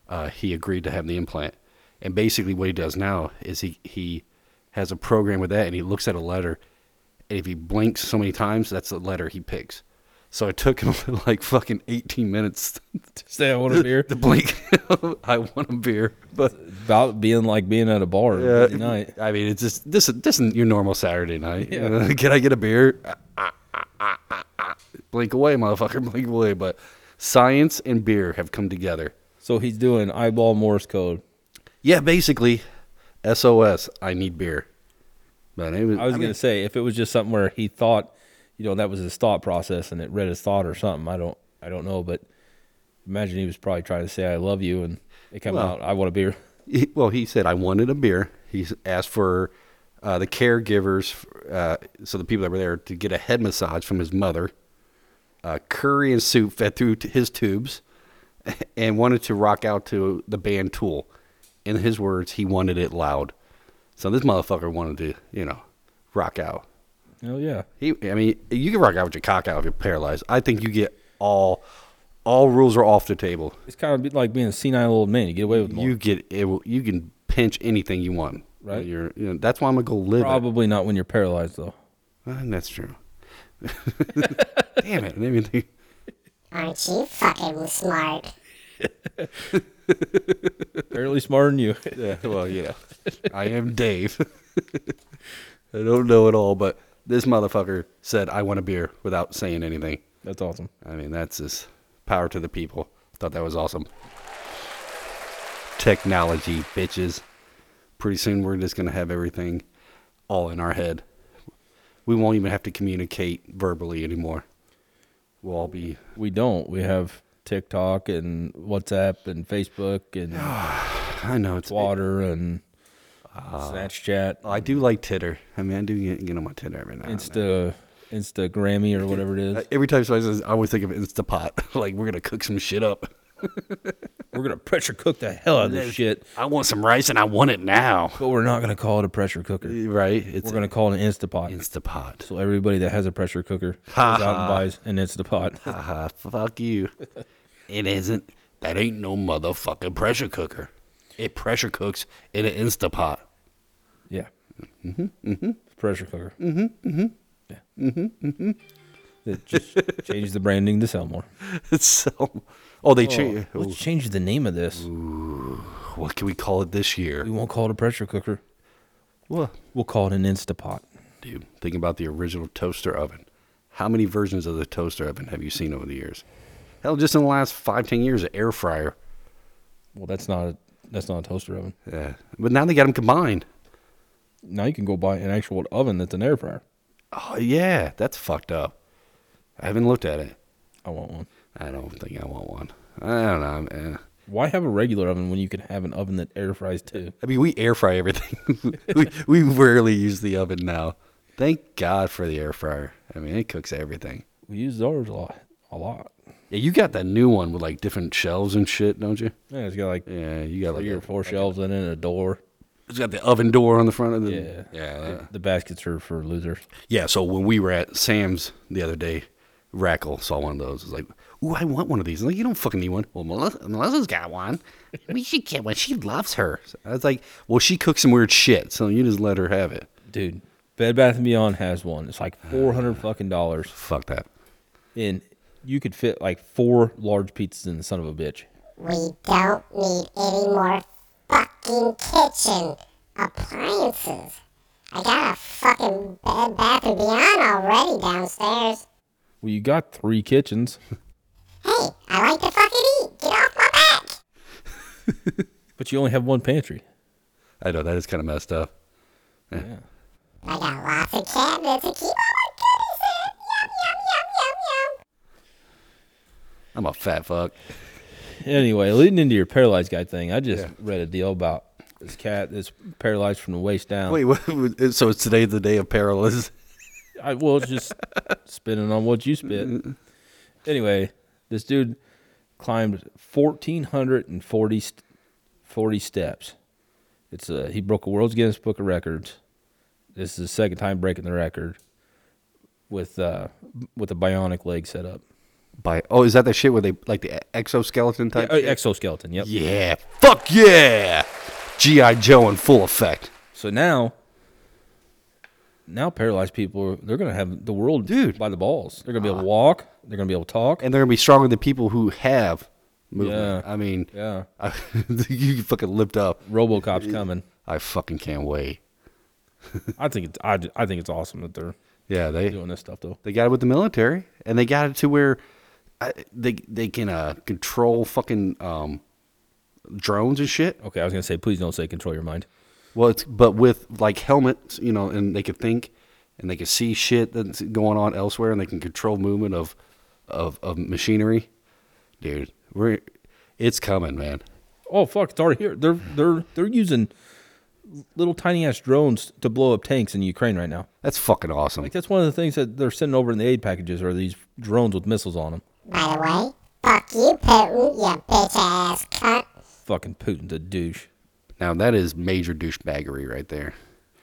A: uh, he agreed to have the implant. And basically, what he does now is he he has a program with that, and he looks at a letter, and if he blinks so many times, that's the letter he picks. So it took him like fucking 18 minutes
B: Say I want a beer.
A: the blink. I want a beer, but
B: About being like being at a bar
A: uh,
B: at night.
A: I mean, it's just this. This isn't your normal Saturday night. you
B: Yeah.
A: know? Can I get a beer? Ah, ah, ah, ah, ah, ah. blink away, motherfucker, blink away. But science and beer have come together.
B: So he's doing eyeball Morse code.
A: Yeah, basically, SOS. I need beer. But it was,
B: I was
A: I mean,
B: gonna say if it was just something where he thought, you know, that was his thought process and it read his thought or something. I don't, I don't know, but imagine he was probably trying to say "I love you" and it came
A: Well-
B: out "I want a beer."
A: he- well, he said I wanted a beer. He s- asked for uh, the caregivers, uh, so the people that were there, to get a head massage from his mother, uh, curry and soup fed through to his tubes, and wanted to rock out to the band Tool. In his words, he wanted it loud. So this motherfucker wanted to, you know, rock out.
B: Hell yeah!
A: He, I mean, you can rock out with your cock out if you're paralyzed. I think you get all, all rules are off the table.
B: It's kind of like being a senile old man. You get away with more.
A: You get it. will- You can pinch anything you want.
B: Right.
A: You're, you know, that's why I'm gonna go live. it.
B: probably not when you're paralyzed though.
A: Uh, that's true. Damn it! I didn't even think-
C: Aren't you fucking smart?
B: Apparently smarter than you.
A: yeah, well, yeah. I am Dave. I don't know it all, but this motherfucker said, "I want a beer" without saying anything.
B: That's awesome.
A: I mean, that's just power to the people. Thought that was awesome. Technology, bitches. Pretty soon we're just going to have everything all in our head. We won't even have to communicate verbally anymore. We'll all be.
B: We don't. We have TikTok and WhatsApp and Facebook and
A: I know it's. Oh,
B: Twitter and Snapchat,
A: I do like Titter. I mean, I do get, get on my Titter every now and then.
B: Insta, Instagrammy or whatever it is.
A: Every time somebody says, I always think of Instapot. like, we're going to cook some shit up.
B: We're gonna pressure cook the hell out of this shit,
A: I want some rice and I want it now.
B: but we're not gonna call it a pressure cooker.
A: Right? It's
B: We're gonna call it an Instapot.
A: Instapot.
B: So everybody that has a pressure cooker goes out and buys an Instapot.
A: Haha, Uh-huh. fuck you. It isn't. That ain't no motherfucking pressure cooker. It pressure cooks in an Instapot.
B: Yeah. Mm-hmm. Mm-hmm. Pressure cooker. Mm-hmm. Mm-hmm. Yeah. Mm-hmm. Mm-hmm. It just change the branding to sell more.
A: It's so. Oh, they change.
B: Let's change the name of this.
A: What can we call it this year?
B: We won't call it a pressure cooker.
A: Well,
B: We'll call it an Instapot.
A: dude, thinking about the original toaster oven. How many versions of the toaster oven have you seen over the years? Hell, just in the last five, ten years, an air fryer.
B: Well, that's not a that's not a toaster oven.
A: Yeah. But now they got them combined.
B: Now you can go buy an actual oven that's an air fryer.
A: Oh, yeah. That's fucked up. I haven't looked at it.
B: I want one.
A: I don't think I want one. I don't know. Man.
B: Why have a regular oven when you can have an oven that air fries too?
A: I mean, we air fry everything. we, we rarely use the oven now. Thank God for the air fryer. I mean, it cooks everything.
B: We use ours a lot, a lot.
A: Yeah, you got that new one with like different shelves and shit, don't you?
B: Yeah, it's got like
A: Yeah, you got like
B: three or
A: a,
B: four shelves in it, and a door.
A: it's got the oven door on the front of the
B: Yeah,
A: yeah that-
B: The baskets are for losers.
A: yeah. So when we were at Sam's the other day, Rackle saw one of those. Was like, "Ooh, I want one of these." I'm like, you don't fucking need one. Well, Melissa, Melissa's got one. We should get one. She loves her. So I was like, "Well, she cooks some weird shit, so you just let her have it."
B: Dude, Bed Bath and Beyond has one. It's like four hundred fucking dollars,
A: Fuck that.
B: and you could fit like four large pizzas in the son of a bitch.
C: We don't need any more fucking kitchen appliances. I got a fucking Bed Bath and Beyond already downstairs.
B: Well, you got three kitchens,
C: Hey, I like to fucking eat. Get off my back.
B: but you only have one pantry.
A: I know that is kind of messed up.
C: I got lots of cabinets to keep oh all my goodies in. Yum yum yum yum yum.
A: I'm a fat fuck.
B: Anyway, leading into your paralyzed guy thing, I just read a deal about This cat is paralyzed from the waist down.
A: Wait, what, so it's today the day of paralysis?
B: I will just spinning on what you
A: Mm-hmm.
B: spit. Anyway, this dude climbed 1440 st- 40 steps. It's a, he broke a world's Guinness Book of Records. This is the second time breaking the record with uh, with a bionic leg set up.
A: By oh, is that the shit where they like the exoskeleton type?
B: Uh,
A: shit?
B: exoskeleton, yep.
A: yeah, fuck yeah, GI Joe in full effect,
B: So now, now paralyzed people, they're going to have the world
A: Dude. Ah.
B: by the balls. They're going to be able to walk. They're going to be able to talk.
A: and they're gonna be stronger than people who have movement.
B: Yeah.
A: I mean,
B: yeah.
A: I, you can fucking lift up.
B: RoboCop's coming.
A: I fucking can't wait.
B: I think it's I, I think it's awesome that they're
A: Yeah, they
B: doing this stuff though.
A: they got it with the military, and they got it to where I, they they can uh, control fucking um, drones and shit.
B: Okay, I was gonna say please don't say control your mind.
A: Well, it's but with like helmets, you know, and they can think and they can see shit that's going on elsewhere, and they can control movement of of, of machinery. Dude, we're it's coming, man.
B: Oh fuck, it's already here. They're they're they're using little tiny ass drones to blow up tanks in Ukraine right now.
A: That's fucking awesome.
B: Like that's one of the things that they're sending over in the aid packages are these drones with missiles on them.
C: By the way, fuck you, Putin, you bitch ass cunt.
B: Fucking Putin's a douche.
A: Now that is major douchebaggery right there.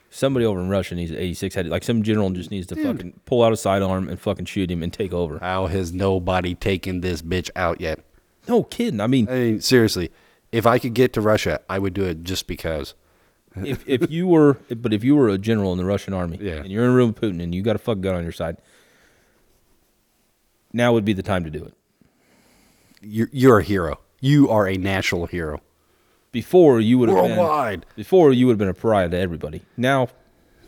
B: Somebody over in Russia needs 86 head. Like some general just needs to fucking pull out a sidearm and fucking shoot him and take over.
A: How has nobody taken this bitch out yet?
B: No kidding. I mean,
A: I mean, seriously, if I could get to Russia, I would do it just because.
B: if if you were but if you were a general in the Russian army
A: Yeah.
B: and you're in a room with Putin and you got a fuck gun on your side, now would be the time to do it.
A: You're, you're a hero. You are a national hero.
B: Before you would have
A: Worldwide.
B: Been, before you would have been a pariah to everybody. Now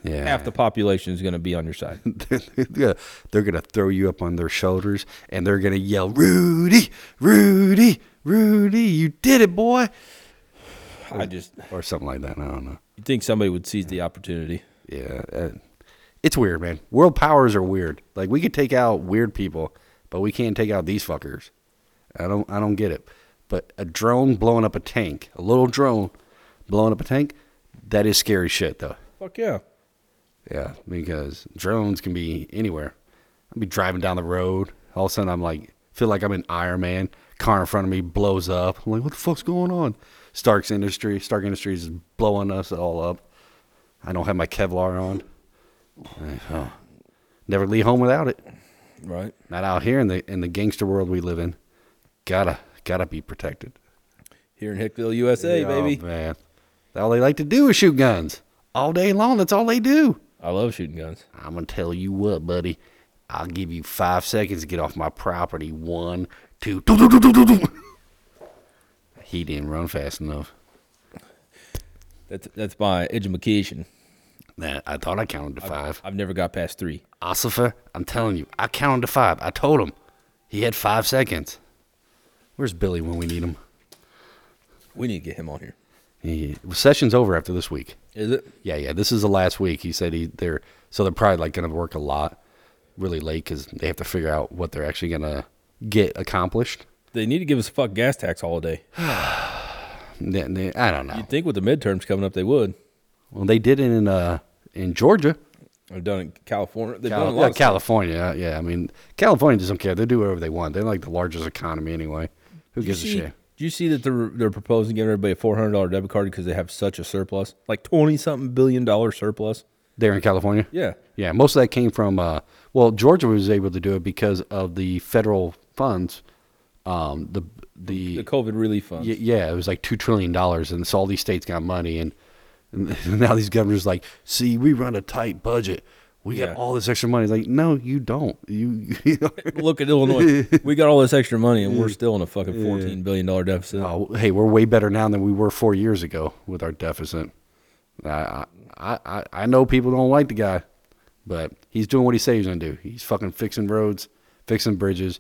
A: Yeah.
B: half the population is going to be on your side.
A: they're gonna, they're gonna throw you up on their shoulders and they're gonna yell, Rudy, Rudy, Rudy, you did it, boy,
B: I just
A: or something like that. I don't know.
B: you think somebody would seize the opportunity.
A: Yeah, uh, it's weird, man. World powers are weird. Like we could take out weird people, but we can't take out these fuckers. I don't, I don't get it. But a drone blowing up a tank, a little drone blowing up a tank, that is scary shit, though.
B: Fuck yeah.
A: Yeah, because drones can be anywhere. I'll be driving down the road. All of a sudden, I'm like, feel like I'm in Iron Man. Car in front of me blows up. I'm like, what the fuck's going on? Stark's Industry, Stark Industries is blowing us all up. I don't have my Kevlar on. Eh, oh. Never leave home without it.
B: Right.
A: Not out here in the in the gangster world we live in. Gotta gotta be protected.
B: Here in Hickville, USA,
A: Oh,
B: baby.
A: man, all they like to do is shoot guns all day long. That's all they do.
B: I love shooting guns.
A: I'm gonna tell you what, buddy. I'll give you five seconds to get off my property. One, two, doo, doo, doo, doo, doo, doo. He didn't run fast enough.
B: That's that's my edumacation.
A: That I thought I counted to five.
B: I've never got past 3.
A: Ossifer, I'm telling you, I counted to five. I told him he had five seconds. Where's Billy when we need him?
B: We need to get him on here.
A: He, session's over after this week.
B: Is it?
A: Yeah, yeah. This is the last week. He said he they're so they're probably like gonna work a lot, really late because they have to figure out what they're actually gonna get accomplished.
B: They need to give us a fuck gas tax holiday.
A: Then they- I don't know.
B: I think with the midterms coming up, they would.
A: Well, they did it in uh in Georgia,
B: I've done it in California. They've
A: Cal-
B: done a lot.
A: yeah,
B: of stuff.
A: California. uh, Yeah, I mean California doesn't care. They do whatever they want. They're like the largest economy anyway. Who gives a
B: See,
A: shit?
B: Do you see that they're they're proposing giving everybody a four hundred dollar debit card because they have such a surplus, like twenty something billion dollar surplus?
A: They're in California.
B: Yeah,
A: Yeah, most of that came from uh, well, Georgia was able to do it because of the federal funds. Um, the the,
B: the COVID relief fund.
A: y- yeah, it was like two trillion dollars, and so all these states got money, and, and now these governors like, see, we run a tight budget. We
B: Yeah.
A: got all this extra money. It's Like, no, you don't. You, you
B: Look at Illinois. we got all this extra money, and we're still in a fucking fourteen billion dollar deficit.
A: Oh, hey, we're way better now than we were four years ago with our deficit. I, I, I, I know people don't like the guy, but he's doing what he says he's gonna do. He's fucking fixing roads, fixing bridges,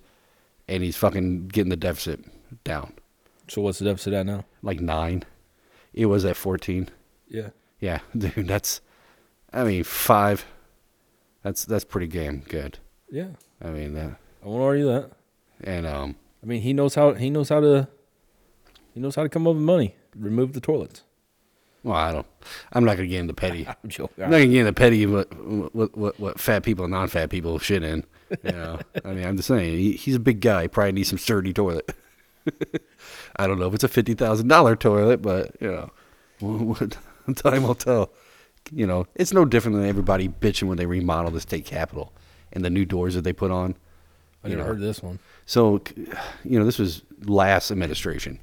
A: and he's fucking getting the deficit down,
B: So what's the deficit at now?
A: like nine. It was at fourteen.
B: Yeah,
A: Yeah, dude, that's, I mean, five. That's that's pretty damn good.
B: yeah.
A: I mean that,
B: I won't argue that.
A: and um,
B: I mean, he knows how he knows how to he knows how to come up with money. Remove the toilets.
A: Well, I don't. I'm not gonna get into petty. I'm
B: I'm joking.
A: not gonna get into petty. What what what, what fat people and non-fat people shit in. You know. I mean, I'm just saying he, he's a big guy. He probably needs some sturdy toilet. I don't know if it's a fifty thousand dollar toilet, but you know, what- what- time will tell. You know, it's no different than everybody bitching when they remodel the state capitol and the new doors that they put on.
B: I
A: you
B: never
A: know.
B: heard this one.
A: So, you know, this was last administration.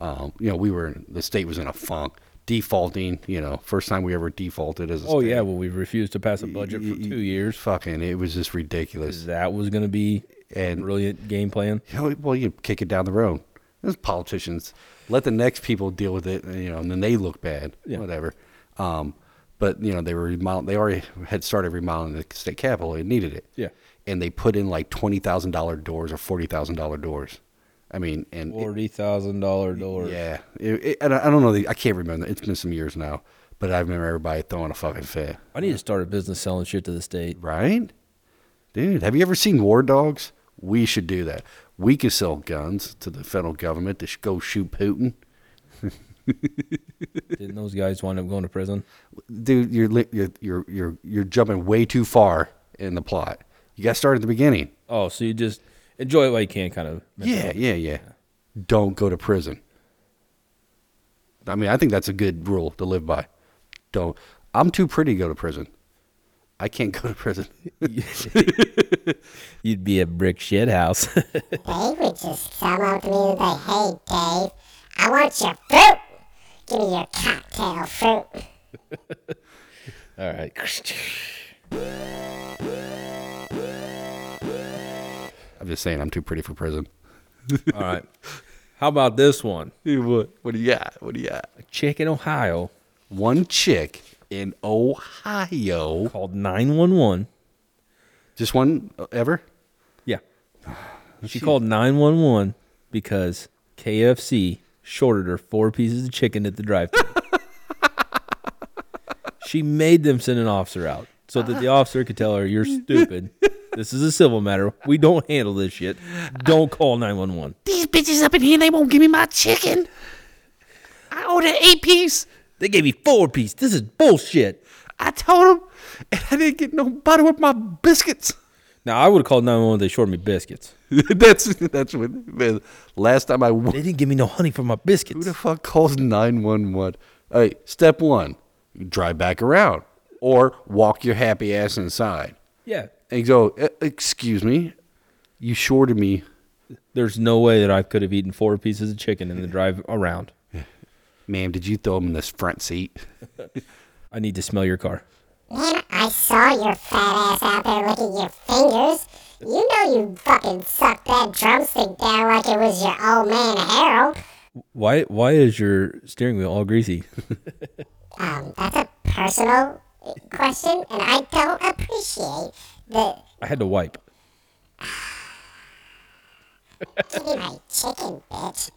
A: Um, you know, we were the state was in a funk, defaulting. You know, first time we ever defaulted as a
B: Oh
A: state.
B: yeah, well we've refused to pass a budget for
A: Y- y-
B: two years.
A: Fucking, it was just ridiculous.
B: That was going to be a
A: And
B: brilliant game plan.
A: you know, well, you kick it down the road. Those politicians let the next people deal with it, you know, and then they look bad,
B: Yeah.
A: whatever. Um, but you know, they were remodel- They already had started remodeling the state capitol. It needed it.
B: Yeah.
A: And they put in like twenty thousand dollar doors or forty thousand dollar doors. I mean, and it-
B: Forty thousand dollar door.
A: Yeah, It- it- and I I don't know. The, I can't remember. It's been some years now, but I remember everybody throwing a fucking fit.
B: I need to start a business selling shit to the state.
A: Right, dude. Have you ever seen War Dogs? We should do that. We could sell guns to the federal government to sh- go shoot Putin.
B: Didn't those guys wind up going to prison?
A: Dude, you're li- you're you're you're, you're jumping way too far in the plot. You got to start at the beginning.
B: Oh, so you just enjoy it while you can, kind of.
A: Yeah, yeah, yeah. Don't go to prison. I mean, I think that's a good rule to live by. Don't. I'm too pretty to go to prison. I can't go to prison.
B: You'd be a brick shed house.
C: They would just come up to me and say, hey, Dave, I want your fruit. Give me your cocktail fruit.
B: All right.
A: I'm just saying, I'm too pretty for prison.
B: All right. How about this one?
A: What? What do you got? What do you got?
B: A chick in Ohio
A: One chick in Ohio.
B: called 911.
A: Just one uh, ever?
B: Yeah. She called 911 because KFC shorted her four pieces of chicken at the drive thru. she made them send an officer out so that the officer could tell her, You're stupid. This is a civil matter. We don't handle this shit. Don't call 911.
A: These bitches up in here, they won't give me my chicken. I ordered eight piece.
B: They gave me four piece. This is bullshit.
A: I told them, and I didn't get no butter with my biscuits.
B: Now, I would have called 911 if they shorted me biscuits.
A: that's that's when man, last time I who
B: They didn't give me no honey for my biscuits.
A: the fuck calls nine one one. All right, step one, drive back around or walk your happy ass inside
B: Yeah.
A: and go. "E- Excuse me, you shorted me.
B: There's no way that I could have eaten four pieces of chicken in the drive around.
A: Ma'am, did you throw him in this front seat?
B: I need to smell your car.
C: Man, I saw your fat ass out there licking your fingers. You know you fucking sucked that drumstick down like it was your old man Harold.
B: Why why is your steering wheel all greasy?
C: Um, that's a personal question, and I don't appreciate the
B: I had to wipe.
C: give me my chicken, bitch.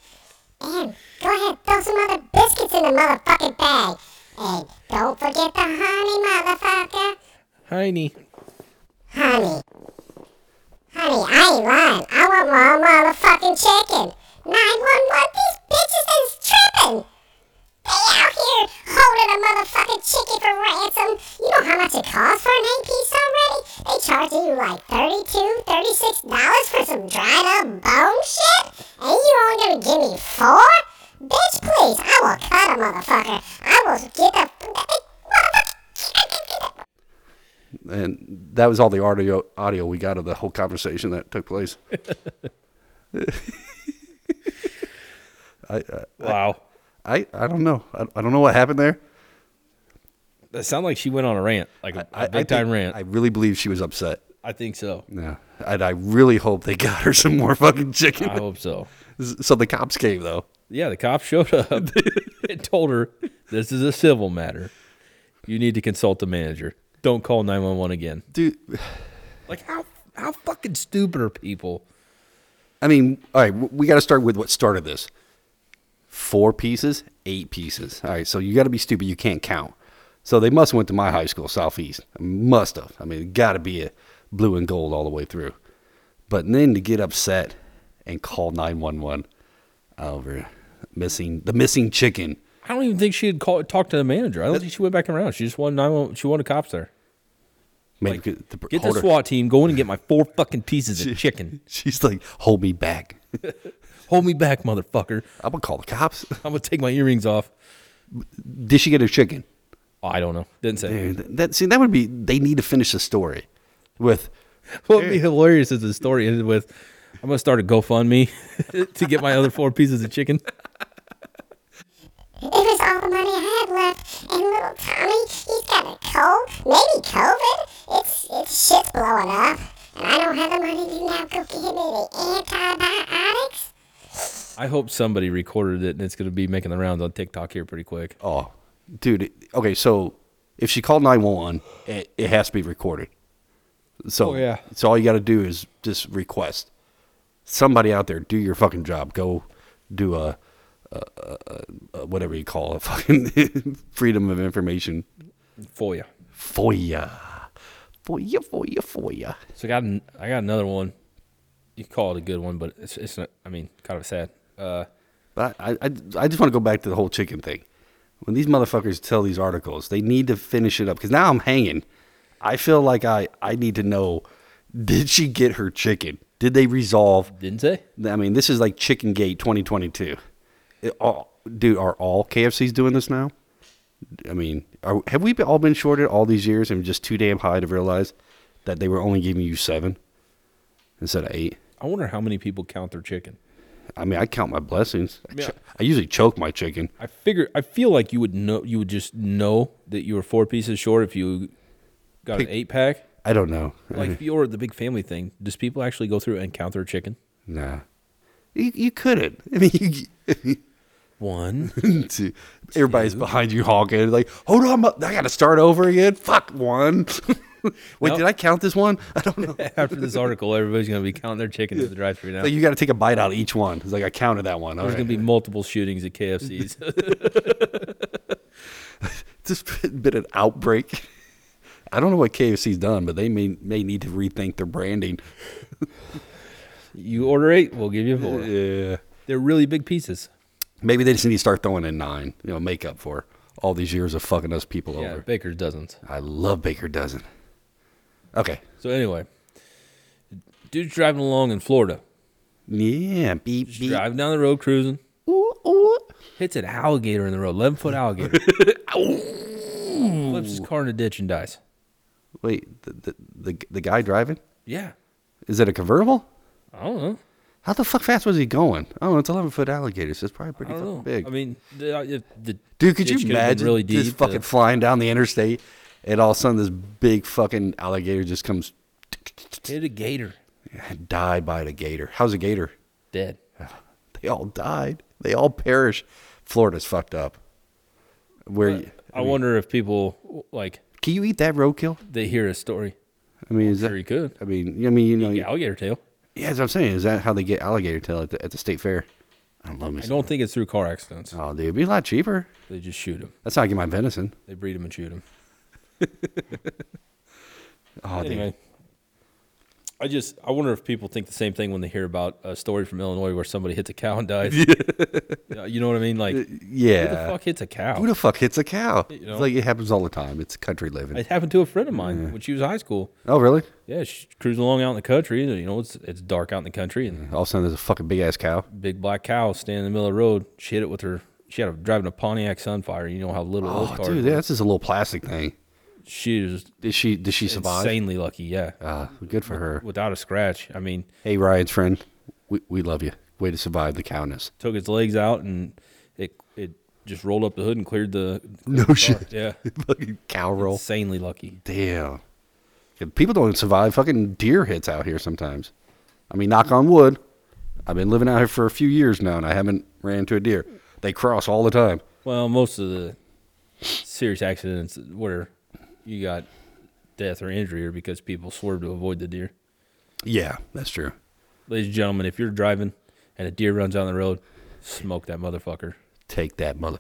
C: And go ahead, throw some other biscuits in the motherfucking bag. And don't forget the honey, motherfucker.
B: Heiny.
C: Honey. Honey, I ain't lying. I want my motherfucking chicken. 911, these bitches is tripping. They out here holding a motherfucking chicken for ransom. You know how much it costs for an eight piece already? They charge you like $32, $36 for some dried up bone shit? And you only gonna give me four? Bitch, please, I will cut a motherfucker. I will get the. Motherfucker.
A: And that was all the audio audio we got of the whole conversation that took place.
B: Wow.
A: I, I don't know. I, I don't know what happened there.
B: That sounded like she went on a rant, like a,
A: I,
B: a big time
A: think-
B: rant.
A: I
B: I,
A: really believe she was upset.
B: think so.
A: Yeah, and I really hope they got her some more fucking chicken.
B: I hope so.
A: So the cops came though.
B: Yeah, the cop showed up and told her this is a civil matter. You need to consult the manager. Don't call 911 again.
A: Dude,
B: Like how how fucking stupid are people?
A: I mean, all right, w- we got to start with what started this. Four pieces, eight pieces. All right, so you got to be stupid. You can't count. So they must went to my high school, Southeast. Must have. I mean, got to be a blue and gold all the way through. But then to get upset and call nine one one over missing the missing chicken.
B: I don't even think she had called, talked to the manager. I don't think she went back around. She just wanted nine one. She wanted cops there.
A: Maybe get the,
B: Get the
A: hold her.
B: SWAT team. Go in and get my four fucking pieces of chicken.
A: She's like, hold me back.
B: Hold me back, motherfucker.
A: I'm gonna call the cops.
B: I'm gonna take my earrings off.
A: Did she get her chicken?
B: Oh, I don't know. Didn't say.
A: Dude, that see that would be. They need to finish the story with.
B: What would be hilarious is the story ended with, "I'm gonna start a GoFundMe to get my other four pieces of chicken."
C: It was all the money I had left, and little Tommy, he's got a cold, maybe COVID. It's it's shit's blowing up, and I don't have the money to now go get him any antibiotics.
B: I hope somebody recorded it and it's gonna be making the rounds on TikTok here pretty quick.
A: Oh, dude. Okay, so if she called nine one one, it it has to be recorded. So
B: Oh, yeah.
A: So all you got to do is just request somebody out there do your fucking job. Go do a. a- a- a- whatever you call it, fucking freedom of information
B: For ya.
A: FOIA. FOIA, FOIA, FOIA.
B: So I got an, I got another one. You could call it a good one, but it's it's not. I mean, kind of sad. Uh,
A: But I, I, I just want to go back to the whole chicken thing. When these motherfuckers tell these articles, they need to finish it up because now I'm hanging. I feel like I, I need to know did she get her chicken? Did they resolve?
B: didn't say.
A: I mean, this is like Chicken Gate 2022. It all, dude, are all KFCs doing this now? I mean, are, have we all been shorted all these years and just too damn high to realize that they were only giving you seven instead of eight?
B: I wonder how many people count their chicken.
A: I mean, I count my blessings. I,
B: Yeah.
A: cho- I usually choke my chicken.
B: I figure I feel like you would know you would just know that you were four pieces short if you got an eight pack.
A: I don't know.
B: Like if you ordered the big family thing, does people actually go through and count their chicken?
A: nah, you, you couldn't. I mean, you,
B: One.
A: two- everybody's behind you honking. Like, hold on, mu- I got to start over again. Fuck one. Wait,
B: Nope.
A: did I count this one? I don't know.
B: After this article, everybody's gonna be counting their chicken at the drive-thru now.
A: Like, you got to take a bite out of each one. It's like I counted that one. All
B: There's
A: right.
B: gonna be multiple shootings at KFCs.
A: This been an outbreak. I don't know what KFC's done, but they may may need to rethink their branding.
B: you order eight, we'll give you four.
A: Yeah.
B: They're really big pieces.
A: Maybe they just need to start throwing in nine, you know, make up for all these years of fucking us people
B: Yeah,
A: over.
B: Baker doesn't.
A: I love Baker doesn't. Okay.
B: So anyway, dude's driving along in Florida,
A: Yeah. Beep beep.
B: driving down the road cruising,
A: Ooh, ooh.
B: hits an alligator in the road, eleven foot alligator, flips his car in a ditch and dies.
A: Wait, the, the the the guy driving?
B: Yeah,
A: Is it a convertible?
B: I don't know.
A: How the fuck fast was he going? Oh, it's eleven foot alligators. It's probably
B: I
A: pretty
B: don't
A: fucking
B: know.
A: big.
B: I mean, the, uh, if the
A: Dude, could
B: ditch
A: you
B: have been
A: imagine
B: really
A: just
B: deep,
A: fucking
B: the-
A: flying down the interstate and all of a sudden this big fucking alligator just comes
B: hit a gator
A: died by the gator. How's a gator?
B: dead?
A: They all died. They all perished. Florida's fucked up. Where you-
B: I wonder if people like
A: can you eat that roadkill?
B: they hear a story.
A: I mean, is that?
B: Sure, you could.
A: I mean, I mean, you know,
B: Yeah, alligator tail.
A: yeah. As I'm saying, is that how they get alligator tail at the, at the state fair? I don't love me.
B: I don't think it's through car accidents.
A: Oh, dude, it'd be a lot cheaper.
B: They just shoot him.
A: That's how I get my venison.
B: They breed him and shoot him.
A: Oh, dude.
B: Anyway, I just I wonder if people think the same thing when they hear about a story from Illinois where somebody hits a cow and dies. Yeah, you know what I mean? Like, who
A: Yeah.
B: the fuck hits a cow?
A: Who the fuck hits a cow?
B: know?
A: It's like it happens all the time. It's country living.
B: it happened to a friend of mine when she was in high school.
A: oh, really?
B: Yeah, she's cruising along out in the country. And, you know, it's it's dark out in the country, and
A: All of a sudden, there's a fucking big ass cow.
B: big black cow standing in the middle of the road. She hit it with her. She had a, driving a Pontiac Sunfire. You know how little
A: Oh,
B: those cars.
A: dude,
B: were.
A: yeah, that's just a little plastic thing.
B: She was
A: Did she? Did she survive?
B: insanely lucky. Yeah,
A: Ah, good for her.
B: without a scratch. I mean,
A: Hey, Ryan's friend, we, we love you. Way to survive the cowness.
B: took its legs out and it it just rolled up the hood and cleared the.
A: No shit.
B: Yeah,
A: fucking cow roll.
B: insanely lucky.
A: Damn. Yeah, People don't survive fucking deer hits out here sometimes. I mean, knock on wood. I've been living out here for a few years now, and I haven't ran into a deer. They cross all the time.
B: Well, most of the serious accidents where you got death or injury are because people swerve to avoid the deer.
A: Yeah, that's true.
B: Ladies and gentlemen, if you're driving and a deer runs down the road, smoke that motherfucker.
A: Take that, mother.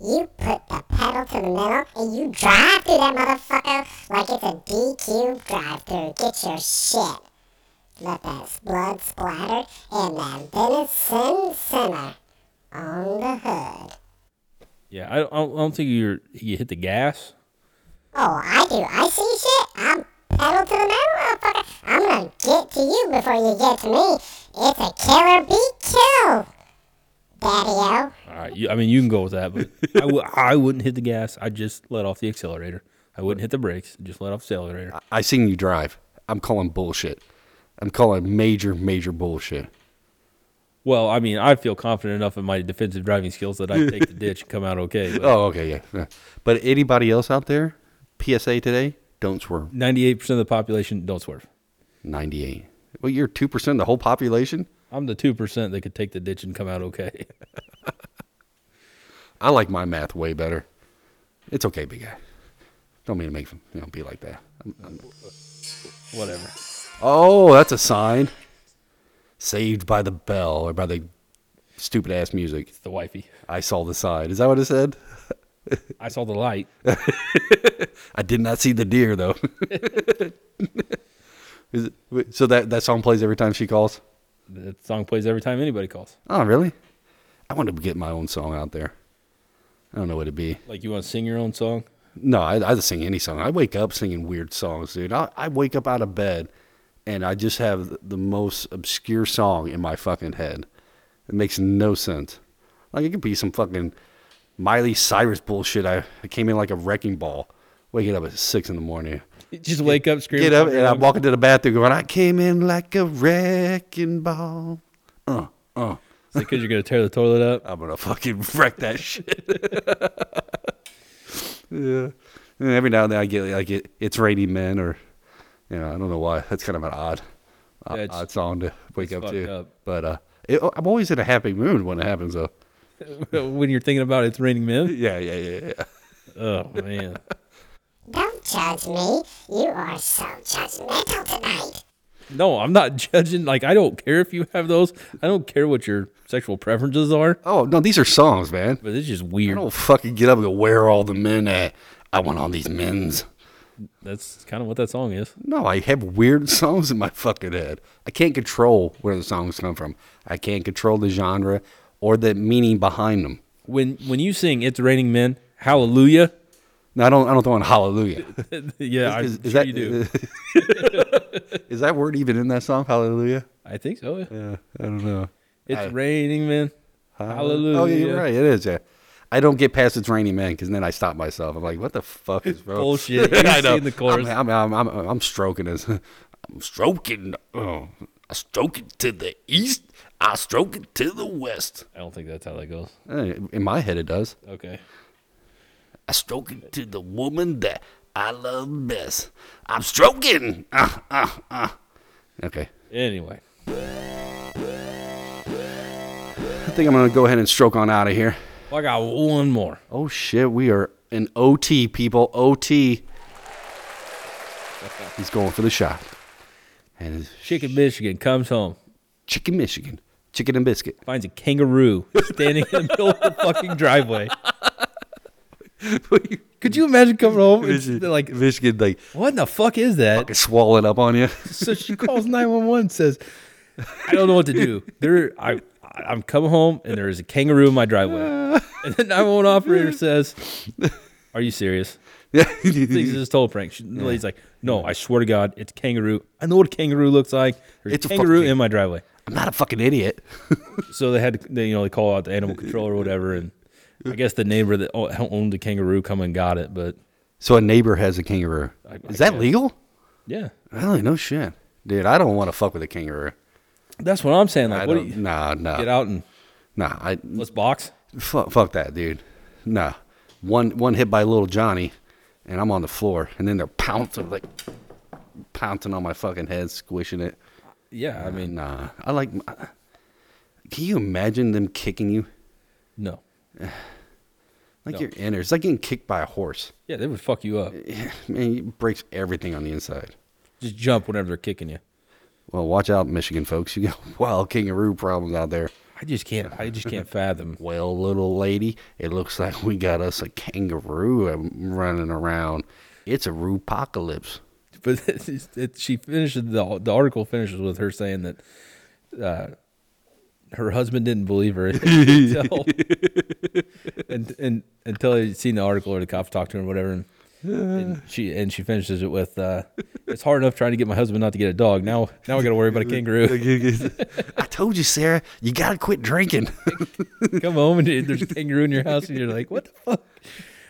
C: You put the pedal to the metal and you drive through that motherfucker like it's a DQ drive-through. Get your shit. Let that blood splatter and that venison simmer on the hood.
B: Yeah, I don't, I don't- I don't think you you hit the gas.
C: Oh, I do. I see shit. I'm pedal to the metal, motherfucker. I'm gonna get to you before you get to me. It's a killer beat kill, Daddy-O.
B: All right, you, I mean you can go with that, but I w- I wouldn't hit the gas. I just let off the accelerator. I wouldn't hit the brakes. Just let off the accelerator.
A: I seen you drive. I'm calling bullshit. I'm calling major, major bullshit.
B: Well, I mean, I feel confident enough in my defensive driving skills that I take the ditch and come out okay. But
A: Oh, okay, yeah, yeah. But anybody else out there, PSA today, don't swerve.
B: 98% of the population don't swerve.
A: 98. Well, you're 2% of the whole population?
B: I'm the 2% that could take the ditch and come out okay.
A: I like my math way better. It's okay, big guy. Don't mean to make them, you know, be like that.
B: Whatever.
A: Oh, that's a sign. Saved by the bell or by the stupid ass music.
B: It's the wifey.
A: I saw the sign. Is that what it said?
B: I saw the light.
A: I did not see the deer though. Is it, wait, so that that song plays every time she calls.
B: That song plays every time anybody calls.
A: Oh, really? I want to get my own song out there. I don't know what it'd be.
B: Like, you want to sing your own song?
A: No, I, I just sing any song. I wake up singing weird songs, dude. I, I wake up out of bed and I just have the most obscure song in my fucking head. It makes no sense. Like, it could be some fucking Miley Cyrus bullshit. I, I came in like a wrecking ball, waking up at six in the morning.
B: Just wake up, scream.
A: Get up and I'm walking to the bathroom going, I came in like a wrecking ball. Uh, uh.
B: because you're going to tear the toilet up.
A: I'm gonna fucking wreck that shit. yeah. And every now and then I get like it, it's raining men or you know I don't know why that's kind of an odd
B: Yeah,
A: odd,
B: it's-
A: odd song to wake up
B: fucked
A: to.
B: up.
A: But uh, it, I'm always in a happy mood when it happens though.
B: when you're thinking about it's raining men.
A: Yeah, yeah, yeah, yeah.
B: Oh, man.
C: Don't judge me. You are so judgmental tonight.
B: No, I'm not judging. Like, I don't care if you have those. I don't care what your sexual preferences are.
A: Oh no, these are songs, man.
B: But it's just
A: I
B: weird.
A: don't fucking get up and go, where are all the men at? I want all these men's.
B: That's kind of what that song is.
A: No, I have weird songs in my fucking head. I can't control where the songs come from. I can't control the genre or the meaning behind them.
B: When when you sing "It's Raining Men," Hallelujah.
A: No, I don't. I don't throw in hallelujah.
B: yeah, I
A: Is,
B: sure
A: is that
B: you do.
A: is that word even in that song? Hallelujah.
B: I think so. yeah.
A: Yeah, I don't know.
B: It's
A: I-
B: raining men. Hallelujah.
A: Oh, yeah, you're right. It is. Yeah. I don't get past it's raining man because then I stop myself. I'm like, what the fuck is wrong?
B: Bullshit. You
A: I know.
B: seen the chorus.
A: I'm, I'm, I'm, I'm, I'm stroking this. I'm stroking. Oh, I stroke it to the east. I stroke it to the west.
B: I don't think that's how that goes.
A: Eh, In my head, it does.
B: Okay.
A: I stroking to the woman that I love best. I'm stroking. Ah, ah, ah. Okay.
B: Anyway,
A: I think I'm going to go ahead and stroke on out of here.
B: Well, I got one more.
A: Oh, shit. We are in OT, people. OT. He's going for the shot. And it's
B: Chicken Michigan comes home,
A: chicken Michigan. Chicken and biscuit.
B: finds a kangaroo standing in the middle of the fucking driveway. Could you imagine coming home and they're like,
A: Michigan, like,
B: what in the fuck is that?
A: swallowing up on you.
B: So she calls 911 and says, I don't know what to do. There, I, I'm coming home and there is a kangaroo in my driveway. And the 911 operator says, Are you serious?
A: Yeah.
B: thinks it's a total prank. She, The lady's like, "No, I swear to God, it's kangaroo. I know what a kangaroo looks like. There's
A: It's a
B: a kangaroo
A: fucking-
B: in my driveway."
A: I'm not a fucking idiot.
B: So they had to, they, you know, they call out the animal control or whatever, and I guess the neighbor that o- owned the kangaroo come and got it. But
A: So a neighbor has a kangaroo.
B: I- I
A: Is that
B: guess.
A: legal?
B: yeah,
A: Really? No shit. Dude, I don't want to fuck with a kangaroo.
B: that's what I'm saying.
A: I
B: Like, what do
A: don't,
B: you,
A: nah, nah.
B: get out and
A: Nah, I
B: let's box?
A: fuck, fuck that, dude. Nah. One one hit by little Johnny and I'm on the floor and then they're pouncing like pouncing on my fucking head, squishing it.
B: Yeah, I mean,
A: Nah. I like Can you imagine them kicking you?
B: no,
A: Like
B: No.
A: your inner. It's like getting kicked by a horse.
B: yeah, they would fuck you up.
A: Man, it breaks everything on the inside.
B: Just jump whenever they're kicking you.
A: Well, watch out, Michigan folks. You got wild kangaroo problems out there.
B: I just can't. I just can't fathom.
A: Well, little lady, it looks like we got us a kangaroo um, running around. It's a roopocalypse.
B: but it's- it's- it, she finishes the the article finishes with her saying that uh, her husband didn't believe her, So- and and and until he'd seen the article or the cops talked to her or whatever. And, and she and she finishes it with, uh, "It's hard enough trying to get my husband not to get a dog. Now now I got to worry about a kangaroo.
A: I told you, Sarah, you got to quit drinking.
B: Come home and there's a kangaroo in your house, and you're like, what the fuck?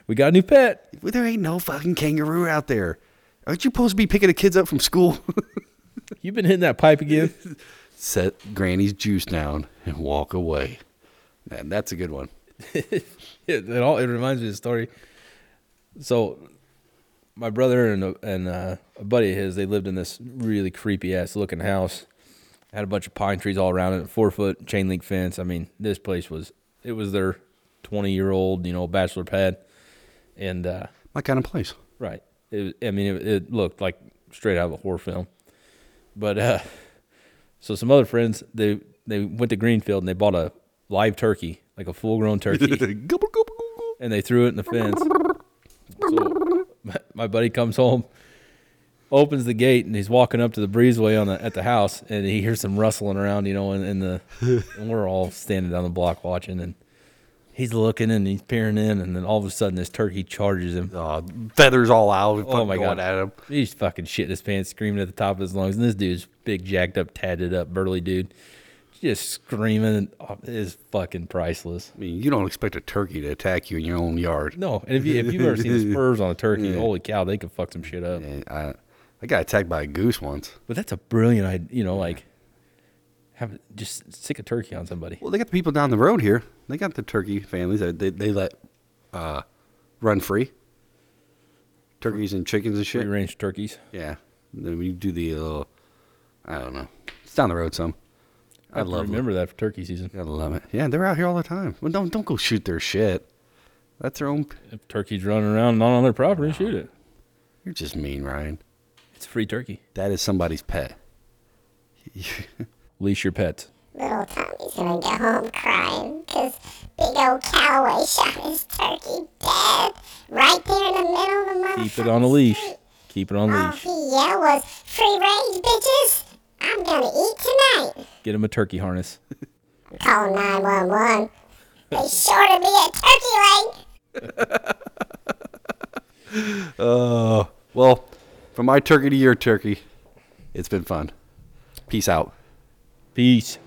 B: We got a new pet.
A: there ain't no fucking kangaroo out there. Aren't you supposed to be picking the kids up from school?
B: You've been hitting that pipe again.
A: Set Granny's juice down and walk away. And that's a good one.
B: it, it all it reminds me of a story. So, my brother and a, and uh, a buddy of his they lived in this really creepy ass looking house. Had a bunch of pine trees all around it, four foot chain link fence. I mean, this place was it was their twenty year old you know bachelor pad, and uh,
A: My kind of place.
B: Right. It, I mean, it, it looked like straight out of a horror film. But uh, so some other friends they they went to Greenfield and they bought a live turkey, like a full grown turkey,
A: Gobble, gobble, gobble.
B: and they threw it in the fence. So my, my buddy comes home, opens the gate, and he's walking up to the breezeway on the at the house, and he hears some rustling around, you know, in, in the and we're all standing down the block watching, and he's looking and he's peering in, and then all of a sudden this turkey charges him.
A: Aw, feathers all out.
B: Oh my
A: going
B: god!
A: At him.
B: He's fucking shitting his pants, screaming at the top of his lungs, and this dude's big, jacked up, tatted up, burly dude, just screaming. And, oh, it is fucking priceless.
A: I mean, you don't expect a turkey to attack you in your own yard.
B: No, and if you if you've ever seen the spurs on a turkey, holy cow, they could fuck some shit up.
A: And I, I got attacked by a goose once.
B: But that's a brilliant idea, you know, like have just stick a turkey on somebody.
A: Well, they got the people down the road here. They got the turkey families. that They they let uh, run free. Turkeys and chickens and
B: Free
A: shit.
B: range turkeys.
A: Yeah. Then we do the little. I don't know. It's down the road some.
B: I,
A: I
B: have to
A: love them.
B: remember that for turkey season.
A: Gotta love it. Yeah, they're out here all the time. Well, don't don't go shoot their shit. That's their own.
B: If turkey's running around not on their property, shoot it.
A: You're just mean, Ryan.
B: It's a free turkey.
A: That is somebody's pet.
B: Leash your pets.
C: Little Tommy's gonna get home crying because big old Callaway shot his turkey dead right there in the middle of the motherfucking
B: Keep it on a leash.
C: street.
B: Keep it on
C: All
B: leash.
C: he yelled was, free range, bitches! I'm gonna eat tonight!
B: Get him a turkey harness.
C: I'm calling 911. They shorted me a turkey leg!
A: Well, from my turkey to your turkey, it's been fun. Peace out.
B: Peace.